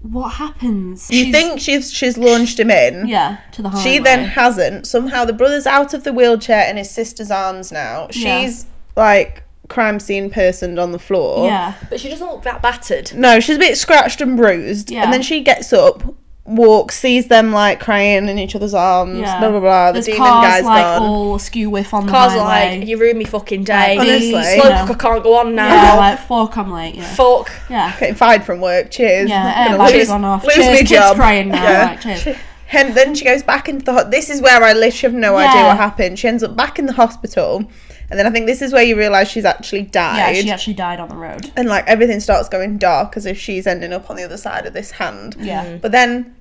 S4: what happens.
S3: You
S4: She's-
S3: think she's she's launched him in.
S4: Yeah, to the highway.
S3: She then hasn't. Somehow the brother's out of the wheelchair in his sister's arms now.
S4: Yeah.
S3: She's like crime scene personed on the floor.
S4: Yeah.
S2: But she doesn't look that battered.
S3: No, she's a bit scratched and bruised.
S4: Yeah.
S3: And then she gets up, walks, sees them like crying in each other's arms,
S4: Yeah.
S3: blah blah blah. The
S4: There's
S3: demon
S4: cars,
S3: guy's
S4: like
S3: gone.
S4: all askew whiff on the
S2: Cars
S4: highway.
S2: like you ruined me fucking day.
S3: Honestly.
S2: Slow
S4: Yeah.
S2: cook, I can't go on now.
S4: yeah, like fuck, I'm late. Yeah,
S2: Fuck.
S4: yeah,
S3: Getting fired from work. Cheers.
S4: yeah.
S3: Gonna
S4: Air
S3: lose-
S4: has gone off.
S3: lose
S4: cheers,
S3: me
S4: kids
S3: job.
S4: crying now.
S3: Yeah.
S4: Like, cheers.
S3: And then she goes back into the. ho- This is where I literally have no idea
S4: Yeah.
S3: what happened. She ends up back in the hospital, and then I think this is where you realise she's actually
S4: Yeah,
S3: died.
S4: she actually died on the road.
S3: and like everything starts going dark as if she's ending up on the other side of this hand.
S4: Yeah. Mhm.
S3: But then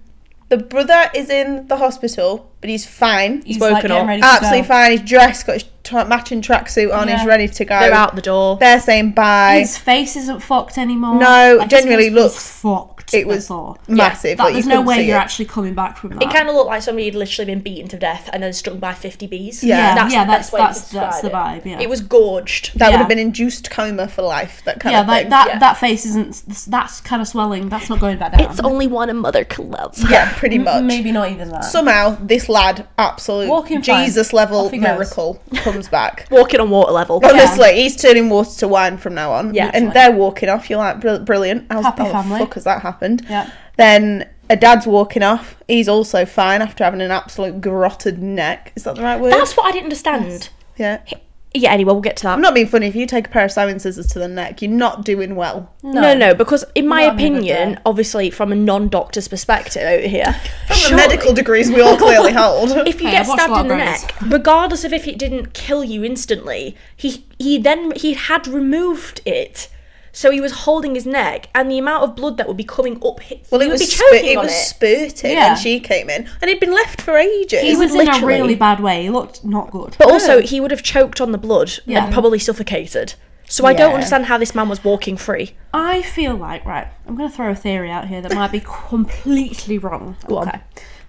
S3: the brother is in the hospital, but he's fine.
S4: He's
S2: woken
S4: like getting
S2: up.
S4: ready to
S3: Absolutely
S4: go.
S3: fine. He's dressed, got his tra- matching tracksuit on. He's
S4: Yeah.
S3: ready to go.
S2: They're out the door.
S3: They're saying bye.
S4: His face isn't fucked anymore.
S3: No,
S4: his
S3: generally
S4: face was
S3: looks-
S4: fucked.
S3: it was
S4: before.
S3: massive.
S4: That,
S3: like,
S4: there's
S3: you
S4: no
S3: couldn't
S4: way
S3: see
S4: you're
S3: it.
S4: actually coming back from that.
S2: It kind of looked like somebody had literally been beaten to death and then stung by 50 bees.
S3: Yeah.
S4: yeah,
S2: that's
S4: yeah,
S2: the
S4: that's
S2: best way to
S4: that's that's the
S2: describe
S4: vibe. Yeah,
S2: It was gorged.
S3: That would
S4: yeah.
S3: have been induced coma for life. That kind
S4: yeah,
S3: of
S4: like
S3: thing.
S4: that
S2: yeah.
S4: that face isn't that's kind of swelling. That's not going back down.
S2: only one a mother can love.
S3: yeah, pretty much.
S4: maybe not even that.
S3: Somehow this lad, absolute
S4: Walking fine.
S3: Jesus level
S4: Off he goes.
S3: miracle, comes back.
S2: Walking on water level.
S3: Honestly, he's turning water to wine from now on.
S2: Yeah.
S3: and they're walking off. You're like, "Brill- brilliant. How's,
S4: Happy
S3: how
S4: family.
S3: The fuck has that happened?
S4: Yeah.
S3: Then a dad's walking off. He's also fine after having an absolute grotted neck. Is that the right word?
S2: That's what I didn't understand.
S3: yeah.
S2: Yeah, anyway, we'll get to that.
S3: I'm not being funny. If you take a pair of sewing scissors to the neck, you're not doing well.
S2: No, no, because in my
S4: Not even a
S2: opinion,
S4: bit.
S2: obviously from a non-doctor's perspective over here,
S3: From the medical degrees we all clearly hold.
S2: if you
S4: Hey,
S2: get
S4: I've watched a
S2: stabbed
S4: lot
S2: in the
S4: of Bros.
S2: neck, regardless of if it didn't kill you instantly, he he then he had removed it. So he was holding his neck, and the amount of blood that would be coming up, hi-
S3: well,
S2: he
S3: it
S2: would
S3: was
S2: be
S3: spir-
S2: choking
S3: it
S2: on
S3: was
S2: it.
S3: spurting
S4: Yeah.
S3: when she came in, and he'd been left for ages.
S4: he was in a
S2: literally-
S4: really bad way. He looked not good.
S2: But also, he would have choked on the blood
S4: Yeah.
S2: and probably suffocated. So I don't
S3: Yeah.
S2: understand how this man was walking free.
S4: I feel like right. I'm going to throw a theory out here that might be completely wrong. okay.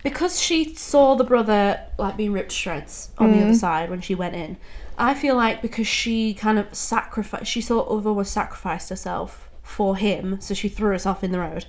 S4: Because she saw the brother like being ripped to shreds on
S2: Mm.
S4: the other side when she went in, I feel like because she kind of sacrificed, she sort of almost sacrificed herself for him, so she threw herself in the road.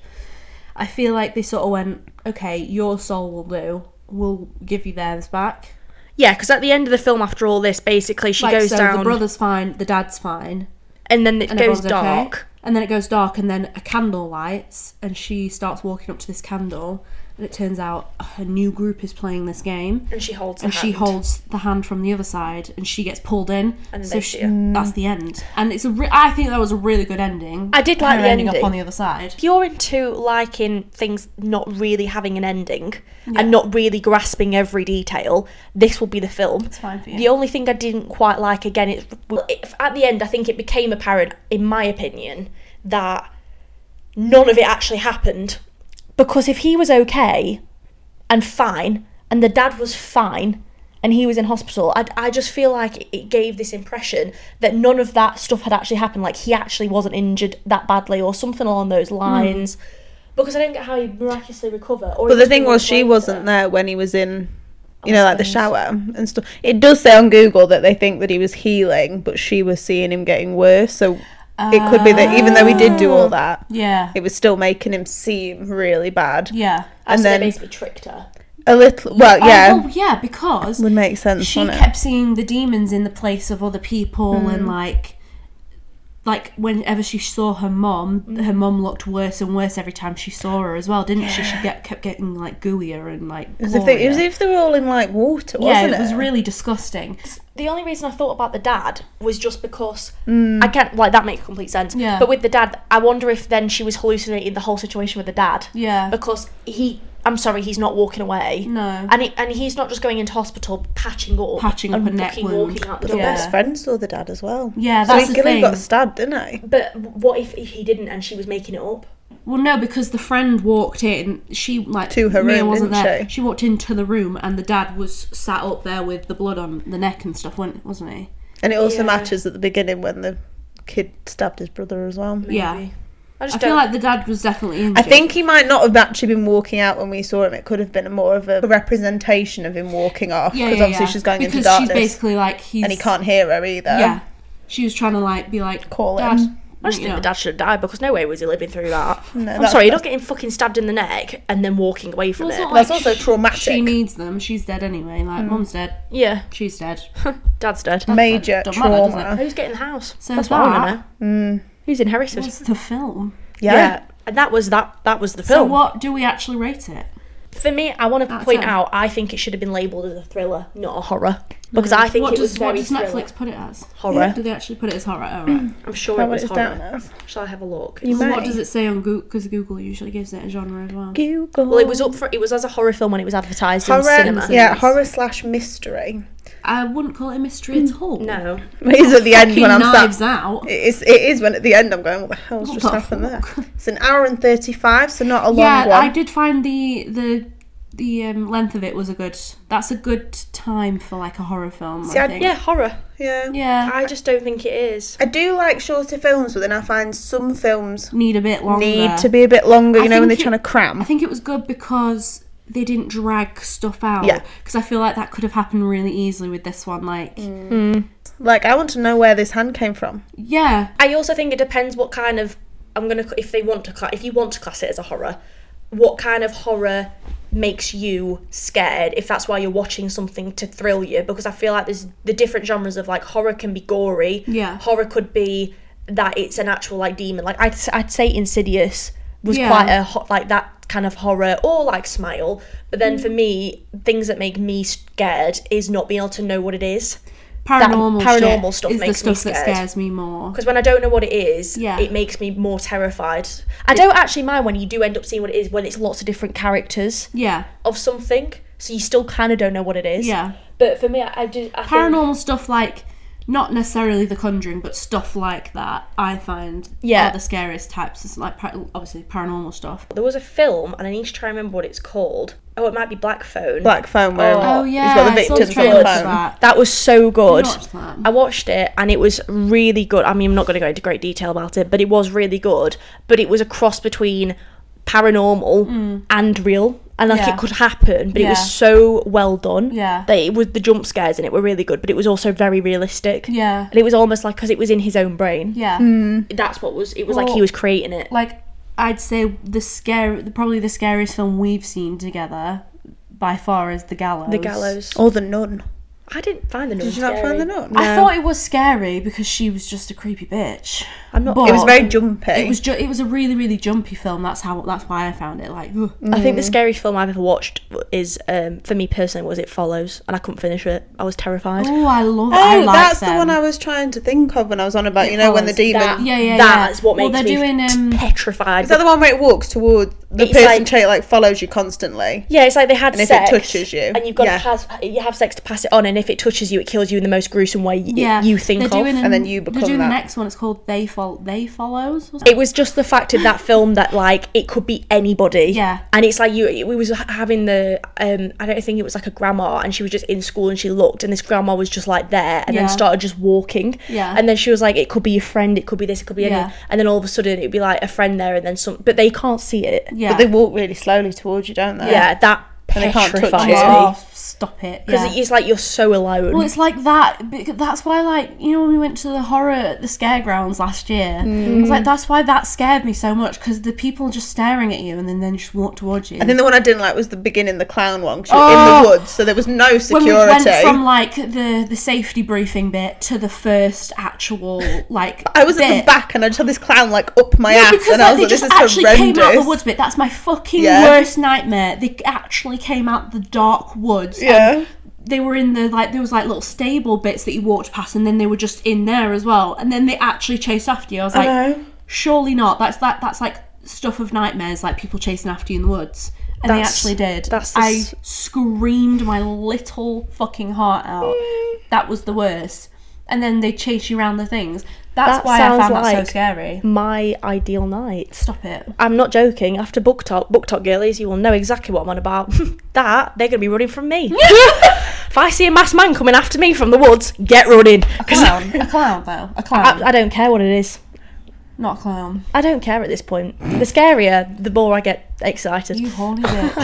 S4: I feel like they sort of went, okay, your soul will do. We'll give you theirs back.
S2: Yeah, because at the end of the film, after all this, basically she
S4: Like,
S2: goes
S4: so
S2: down,
S4: The brother's fine. The dad's fine.
S2: and then it
S4: and
S2: goes
S4: everyone's okay.
S2: dark.
S4: And then it goes dark, and then a candle lights, and she starts walking up to this candle, and it turns out her new group is playing this game,
S2: And she holds.
S4: and
S2: the
S4: she
S2: hand.
S4: holds the hand from the other side, and she gets pulled in.
S2: And
S4: so
S2: they
S4: she,
S2: see her.
S4: that's the end, and it's a. Re- I think that was a really good ending.
S2: I did like
S4: her
S2: the
S4: ending up
S2: ending.
S4: on the other side.
S2: If you're into liking things not really having an ending and not really grasping every detail, this will be the film. It's
S4: fine for you.
S2: The only thing I didn't quite like, again, it, well, it, at the end, I think it became apparent, in my opinion, that none of it actually happened. Because if he was okay and fine, and the dad was fine, and he was in hospital, I, I just feel like it- it gave this impression that none of that stuff had actually happened. Like he actually wasn't injured that badly, or something along those
S3: Hmm.
S2: lines. Because I don't get how he miraculously recover. Or
S3: But the thing was, she wasn't there when he was in, you
S4: Oh,
S3: know, like the shower and stuff. It does say on Google that they think that he was healing, but she was seeing him getting worse. So
S4: Uh,
S3: It could be that even though he did do all that,
S4: Oh. Yeah.
S3: it was still making him seem really bad.
S4: Yeah.
S3: And
S2: so they
S3: then
S2: basically tricked her.
S3: a little, well,
S4: Oh,
S3: yeah,
S4: well, yeah, because
S3: would make sense.
S4: she
S3: wouldn't it?
S4: kept seeing the demons in the place of other people
S3: Mm.
S4: and like like whenever she saw her mom
S3: Mm.
S4: her mom looked worse and worse every time she saw her as well didn't she she get, kept getting like gooier and like
S3: As if they,
S4: poorer.
S3: as if they were all in like water,
S4: yeah
S3: wasn't
S4: it was really disgusting
S2: The only reason I thought about the dad was just because
S3: Hmm.
S2: I can't like that makes complete sense.
S4: Yeah.
S2: But with the dad, I wonder if then she was hallucinating the whole situation with the dad.
S4: yeah
S2: Because he, I'm sorry, he's not walking away.
S4: no
S2: And it, and he's not just going into hospital patching up,
S4: Patching up
S2: and
S4: a neck
S2: fucking
S4: wound.
S2: walking out the
S4: But
S2: door.
S3: Your
S4: Yeah.
S3: best friend saw the dad as well.
S4: yeah
S3: so
S4: that's
S3: he
S4: the
S3: Gilly
S4: thing
S3: got stabbed, didn't he?
S2: But what if, if he didn't and she was making it up?
S4: well no because the friend walked in she like
S3: To her
S4: Mia
S3: room,
S4: wasn't
S3: didn't
S4: there
S3: she?
S4: walked into the room and the dad was sat up there with the blood on the neck and stuff wasn't wasn't he
S3: And it also
S2: Yeah.
S3: matches at the beginning when the kid stabbed his brother as well.
S4: yeah
S2: I just
S4: I
S2: don't.
S4: feel like the dad was definitely injured
S3: I think he might not have actually been walking out when we saw him. It could have been more of a representation of him walking off because
S4: Yeah, yeah,
S3: obviously
S4: yeah.
S3: she's going
S4: because
S3: into darkness
S4: she's basically like he's
S3: and he can't hear her either.
S4: Yeah, she was trying to like be like
S3: Call
S4: Dad,
S3: him.
S2: I just
S4: you
S2: think
S4: know.
S2: the dad should have died because no way was he living through that. I'm
S3: that's-
S2: sorry, you're not getting fucking stabbed in the neck and then walking away from
S4: Well, it's
S2: it.
S4: not
S3: That's
S4: like
S3: also
S4: sh-
S3: traumatic.
S4: She needs them. She's dead anyway.
S3: Mm.
S4: Like mum's dead.
S2: yeah,
S4: She's dead.
S2: dad's dead.
S3: Major
S4: Don't matter, does
S3: trauma.
S2: Who's getting the house?
S4: So
S2: That's what I want to
S4: that-
S2: know. Who's inherited?
S4: What's the
S3: Oh.
S4: film?
S3: yeah.
S2: and that was that. That was the
S4: So
S2: film.
S4: what do we actually rate it?
S2: For me, I want to
S4: That's
S2: point
S4: it.
S2: out. I think it should have been labeled as a thriller, not a horror, because I think
S4: Mm. what
S2: it
S4: does
S2: was very
S4: what does
S2: thriller.
S4: Netflix put it as?
S2: Horror.
S4: Do they actually put it as horror? Oh, right.
S2: I'm sure
S3: That
S2: it
S3: what
S2: was
S3: it's
S2: horror.
S3: down as.
S2: Shall I have a look?
S3: You
S4: So
S3: may.
S4: what does it say on Google? Because Google usually gives it a genre as well.
S3: Google.
S2: Well, it was up for. It was as a horror film when it was advertised in
S3: horror.
S2: cinema.
S3: yeah, horror slash mystery.
S4: I wouldn't call it a mystery at all.
S2: No.
S3: It is at the end
S4: Fucking
S3: when I'm
S4: knives
S3: sat.
S4: out.
S3: It is, it is when at the end I'm going, what the hell's
S4: What
S3: just
S4: the
S3: happened there?
S4: fuck?
S3: It's an hour and 35, so not a long
S4: yeah,
S3: one.
S4: I did find the the the um, length of it was a good. That's a good time for like a horror film.
S3: See,
S4: I
S3: I-
S4: think.
S2: Yeah, horror.
S3: yeah.
S4: yeah.
S2: I just don't think it is.
S3: I do like shorter films, but then I find some films
S4: need a bit longer.
S3: need to be a bit longer, you
S4: I
S3: know, when they're
S4: think
S3: trying to
S4: it- I
S3: cram.
S4: think it was good because they didn't drag stuff out.
S3: Yeah.
S4: Because I feel like that could have happened really easily with this one. Like,
S3: Like, I want to know where this hand came from.
S4: yeah,
S2: I also think it depends what kind of. I'm gonna if they want to cla- if you want to class it as a horror, what kind of horror makes you scared? If that's why you're watching something to thrill you, because I feel like there's the different genres of like horror can be gory.
S4: Yeah.
S2: Horror could be that it's an actual like demon. Like I'd I'd say Insidious was
S4: Yeah.
S2: quite a hot like that kind of horror or like smile. But then for me, things that make me scared is not being able to know what it is.
S4: paranormal
S2: paranormal
S4: shit
S2: stuff
S4: is
S2: makes me
S4: the stuff that
S2: scared.
S4: scares me more.
S2: because when I don't know what it is,
S4: Yeah.
S2: it makes me more terrified. I don't actually mind when you do end up seeing what it is when it's lots of different characters
S4: Yeah,
S2: of something, so you still kind of don't know what it is.
S4: yeah.
S2: But for me, I, I just I Think,
S4: Paranormal stuff like. Not necessarily The Conjuring, but stuff like that I find
S2: Yeah.
S4: are the scariest types. It's like par- obviously paranormal stuff.
S2: there was a film, and I need to try and remember what it's called. Oh, it might be Black Phone.
S3: Black phone where
S2: Oh,
S4: Oh
S3: he's
S4: yeah,
S3: got the
S4: I saw the
S3: victims on
S4: trailer
S3: the
S4: for
S3: phone.
S4: that.
S2: That was so good.
S4: You watched that?
S2: I watched it and it was really good. I mean, I'm not going to go into great detail about it, but it was really good. But it was a cross between paranormal and real. And like
S4: Yeah.
S2: it could happen, but it
S4: Yeah.
S2: was so well done.
S4: Yeah.
S2: That it was the jump scares in it were really good, but it was also very realistic.
S4: Yeah,
S2: And it was almost like because it was in his own brain.
S4: yeah.
S2: That's what was. It was like
S4: Well-
S2: he was creating it.
S4: like I'd say the scare the, probably the scariest film we've seen together by far is The Gallows.
S2: The gallows.
S3: Or the nun.
S2: I didn't find the nun.
S3: Did you not
S2: scary.
S3: find the nun?
S4: I thought it was scary because she was just a creepy bitch.
S2: I'm not.
S4: But-
S3: It was very jumpy.
S4: It was ju- it was a really really jumpy film. That's how that's why I found it like ugh.
S2: I think the scariest film I've ever watched is, um, for me personally, was It Follows, and I couldn't finish it. I was terrified.
S4: oh I love
S3: Oh,
S4: I like
S3: that's the
S4: them.
S3: one I was trying to think of when I was on about, you know, when the
S4: follows
S3: demon.
S2: That-
S4: Yeah, yeah,
S2: That's
S4: yeah.
S2: what
S4: Well,
S2: makes
S4: they're
S2: me
S4: doing, um,
S2: petrified.
S3: Is that the one where it walks toward the
S2: It's
S3: person
S2: like-
S3: trait, like follows you constantly?
S2: yeah, it's like they had
S3: And if it
S2: sex.
S3: touches you,
S2: and you've got
S3: yeah.
S2: to pass, you have sex to pass it on, and if it touches you, it kills you in the most gruesome way y-
S4: yeah
S2: you think
S4: they're
S2: of.
S4: doing an-
S3: and then you
S4: Mm. they're
S3: become
S4: doing
S3: that.
S4: the next one. It's called They Follow They Follows. or something.
S2: it was just the fact of that film that like it could be anybody.
S4: Yeah.
S2: And it's like you we was ha- having the um I don't think it was like a grandma and she was just in school and she looked and this grandma was just like there and
S4: Yeah.
S2: then started just walking.
S4: Yeah.
S2: And then she was like it could be your friend, it could be this, it could be any
S4: Yeah.
S2: and then all of a sudden it'd be like a friend there and then some but they can't see it.
S4: yeah.
S3: But they walk really slowly towards you, don't they?
S2: yeah that
S3: And they can't touch
S2: petrifies
S3: you.
S2: me.
S4: Oh, stop it.
S2: Because
S4: yeah.
S2: it's like you're so alone.
S4: Well, it's like that. bec- That's why, like, you know, when we went to the horror, the scare grounds last year, I was like, that's why that scared me so much because the people just staring at you and then then just walk towards you.
S3: I think the one I didn't like was the beginning, the clown one, 'cause you were in the woods, so there was no
S4: Oh. when
S3: security.
S4: we went from like the the safety briefing bit to the first actual like,
S3: I was at
S4: bit,
S3: the back and I just had this clown like up my ass,
S4: because
S3: and
S4: like,
S3: I was
S4: they
S3: like,
S4: just
S3: "This is
S4: actually
S3: horrendous."
S4: came out the woods bit. That's my fucking
S3: Yeah.
S4: worst nightmare. They actually came out the dark woods. and
S3: Yeah.
S4: they were in the like there was like little stable bits that you walked past, and then they were just in there as well. And then they actually chased after you. I was like,
S3: know.
S4: surely not. That's that. That's like stuff of nightmares, like people chasing after you in the woods. And they
S2: That's-
S4: actually did.
S2: that's the
S4: I
S2: s-
S4: screamed my little fucking heart out. That was the worst. And then they chase you around the things. That's
S2: That
S4: why I
S2: sounds
S4: found that
S2: like-
S4: so scary.
S2: my ideal night.
S4: Stop it.
S2: I'm not joking. After book talk, book talk girlies, you will know exactly what I'm on about. that they're gonna be running from me. if I see a masked man coming after me from the woods, get running. 'Cause
S4: clown. a clown, though. A
S2: I,
S4: clown.
S2: I don't care what it is.
S4: Not a clown.
S2: I don't care at this point. The scarier, the more I get excited.
S4: You horny bitch.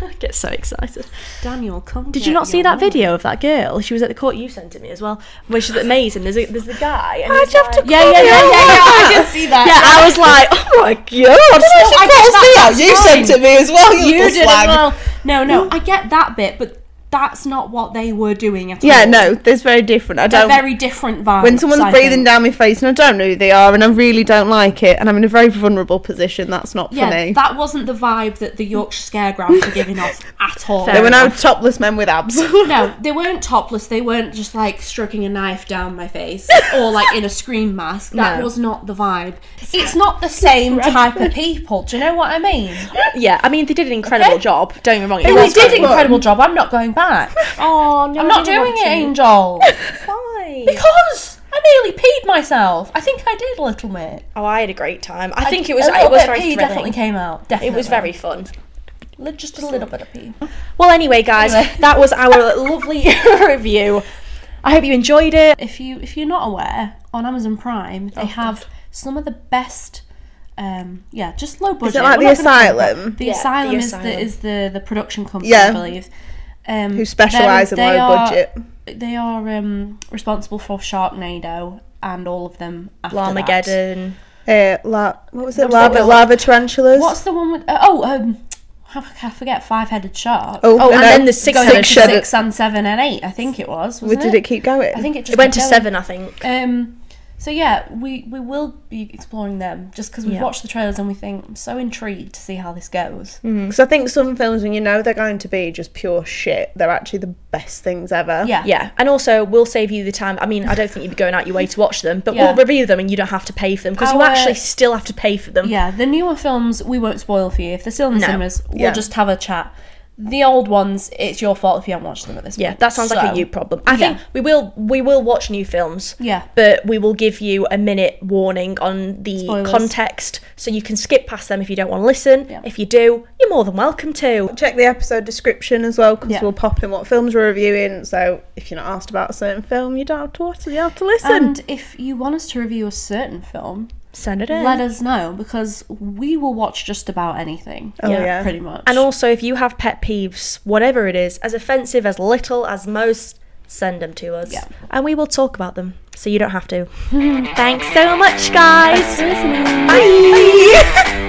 S2: I get so excited.
S4: Daniel, come
S2: Did you not see that video of that girl? She was at the court. You sent it me as well. Where she's at Maze and there's a, there's the guy. And he's like, yeah, yeah, yeah, yeah,
S3: I
S2: yeah,
S3: can see that.
S2: yeah. I was like, oh my god.
S3: She calls me out. You sent it me as well. You,
S4: You
S3: little
S4: did as
S3: slag.
S4: well. No, no, I get that bit, but that's not what they were doing at all.
S3: Yeah, no, there's very different. I
S4: They're
S3: don't.
S4: very different vibes.
S3: when someone's
S4: I
S3: breathing
S4: think.
S3: down my face and I don't know who they are and I really don't like it and I'm in a very vulnerable position, that's not for
S4: Yeah,
S3: me.
S4: that wasn't the vibe that the Yorkshire Scare Grounds were giving off at all.
S3: there
S2: Fair
S3: were no topless men with abs.
S4: No, they weren't topless. They weren't just like stroking a knife down my face or like in a scream mask. That
S2: No.
S4: was not the vibe. It's not the same type of people. Do you know what I mean?
S2: Yeah, I mean they did an incredible
S4: Okay.
S2: job. Don't get me wrong. It
S4: They
S2: was
S4: did
S2: fun.
S3: fun.
S4: incredible job. I'm not going back.
S2: Oh no,
S4: I'm not doing it, Angel.
S2: Why?
S4: Because I nearly peed myself. I think I did a little bit.
S2: Oh, I had a great time. I think it
S4: A
S2: was.
S4: little
S2: It was
S4: bit
S2: very
S4: pee
S2: thrilling.
S4: definitely came out. Definitely.
S2: It was very fun.
S4: Li- just a little bit of pee.
S2: Well, anyway, guys,
S4: Anyway.
S2: that was our lovely review. I hope you enjoyed it.
S4: if you if you're not aware, on Amazon Prime they have some of the best. Um, yeah, just low budget.
S3: it like
S4: We're
S3: The
S4: not gonna talk about-
S3: Asylum?
S4: The
S2: Yeah,
S4: asylum
S2: The
S4: is
S2: Asylum.
S4: the is the, the production company,
S3: Yeah.
S4: I believe. Um,
S3: Who specialise in
S4: they're- they
S3: low
S4: are-
S3: budget.
S4: They are um, responsible for Sharknado and all of them. After that.
S2: Armageddon.
S3: Uh, la- what was it?
S4: was like-
S3: Lava, lava tarantulas.
S4: What's the one with? Uh, oh, um, how the heck I forget Five-headed shark.
S3: oh,
S2: Oh,
S3: no,
S2: and
S3: no.
S2: then the six
S4: Going
S2: six
S4: up to
S3: shed-
S4: six and seven and eight, I think it was.
S3: Where
S4: Wasn't
S3: did it keep going?
S4: I think it just
S2: It went to
S4: kept going.
S2: seven, I think.
S4: Um, so yeah, we we will be exploring them just because we've
S2: Yeah.
S4: watched the trailers and we think I'm so intrigued to see how this goes.
S3: Because Mm. I think some films, when you know they're going to be just pure shit, they're actually the best things ever.
S4: Yeah,
S2: Yeah, and also we'll save you the time. I mean, I don't think you'd be going out your way to watch them, but
S4: Yeah.
S2: we'll review them, and you don't have to pay for them because you
S4: Our-
S2: actually still have to pay for them.
S4: yeah. The newer films we won't spoil for you if they're still in the
S2: No.
S4: cinemas. We'll
S3: Yeah.
S4: just have a chat. The old ones, it's your fault if you haven't watched them at this
S2: Yeah,
S4: point.
S2: that sounds like
S4: So,
S2: a you problem. I think
S4: yeah.
S2: we will we will watch new films.
S4: Yeah.
S2: But we will give you a minute warning on the
S4: Spoilers.
S2: context so you can skip past them if you don't want to listen.
S4: Yeah.
S2: If you do, you're more than welcome to.
S3: Check the episode description as well because
S4: Yeah.
S3: we'll pop in what films we're reviewing. So if you're not asked about a certain film, you don't have to watch it. You have to listen.
S4: And if you want us to review a certain film,
S2: Send it in.
S4: let us know because we will watch just about anything.
S3: oh
S2: yeah,
S3: yeah,
S4: pretty much.
S2: and also if you have pet peeves, whatever it is, as offensive as little as most, send them to us.
S4: Yeah.
S2: And we will talk about them so you don't have to. Thanks so much guys. Bye. Bye.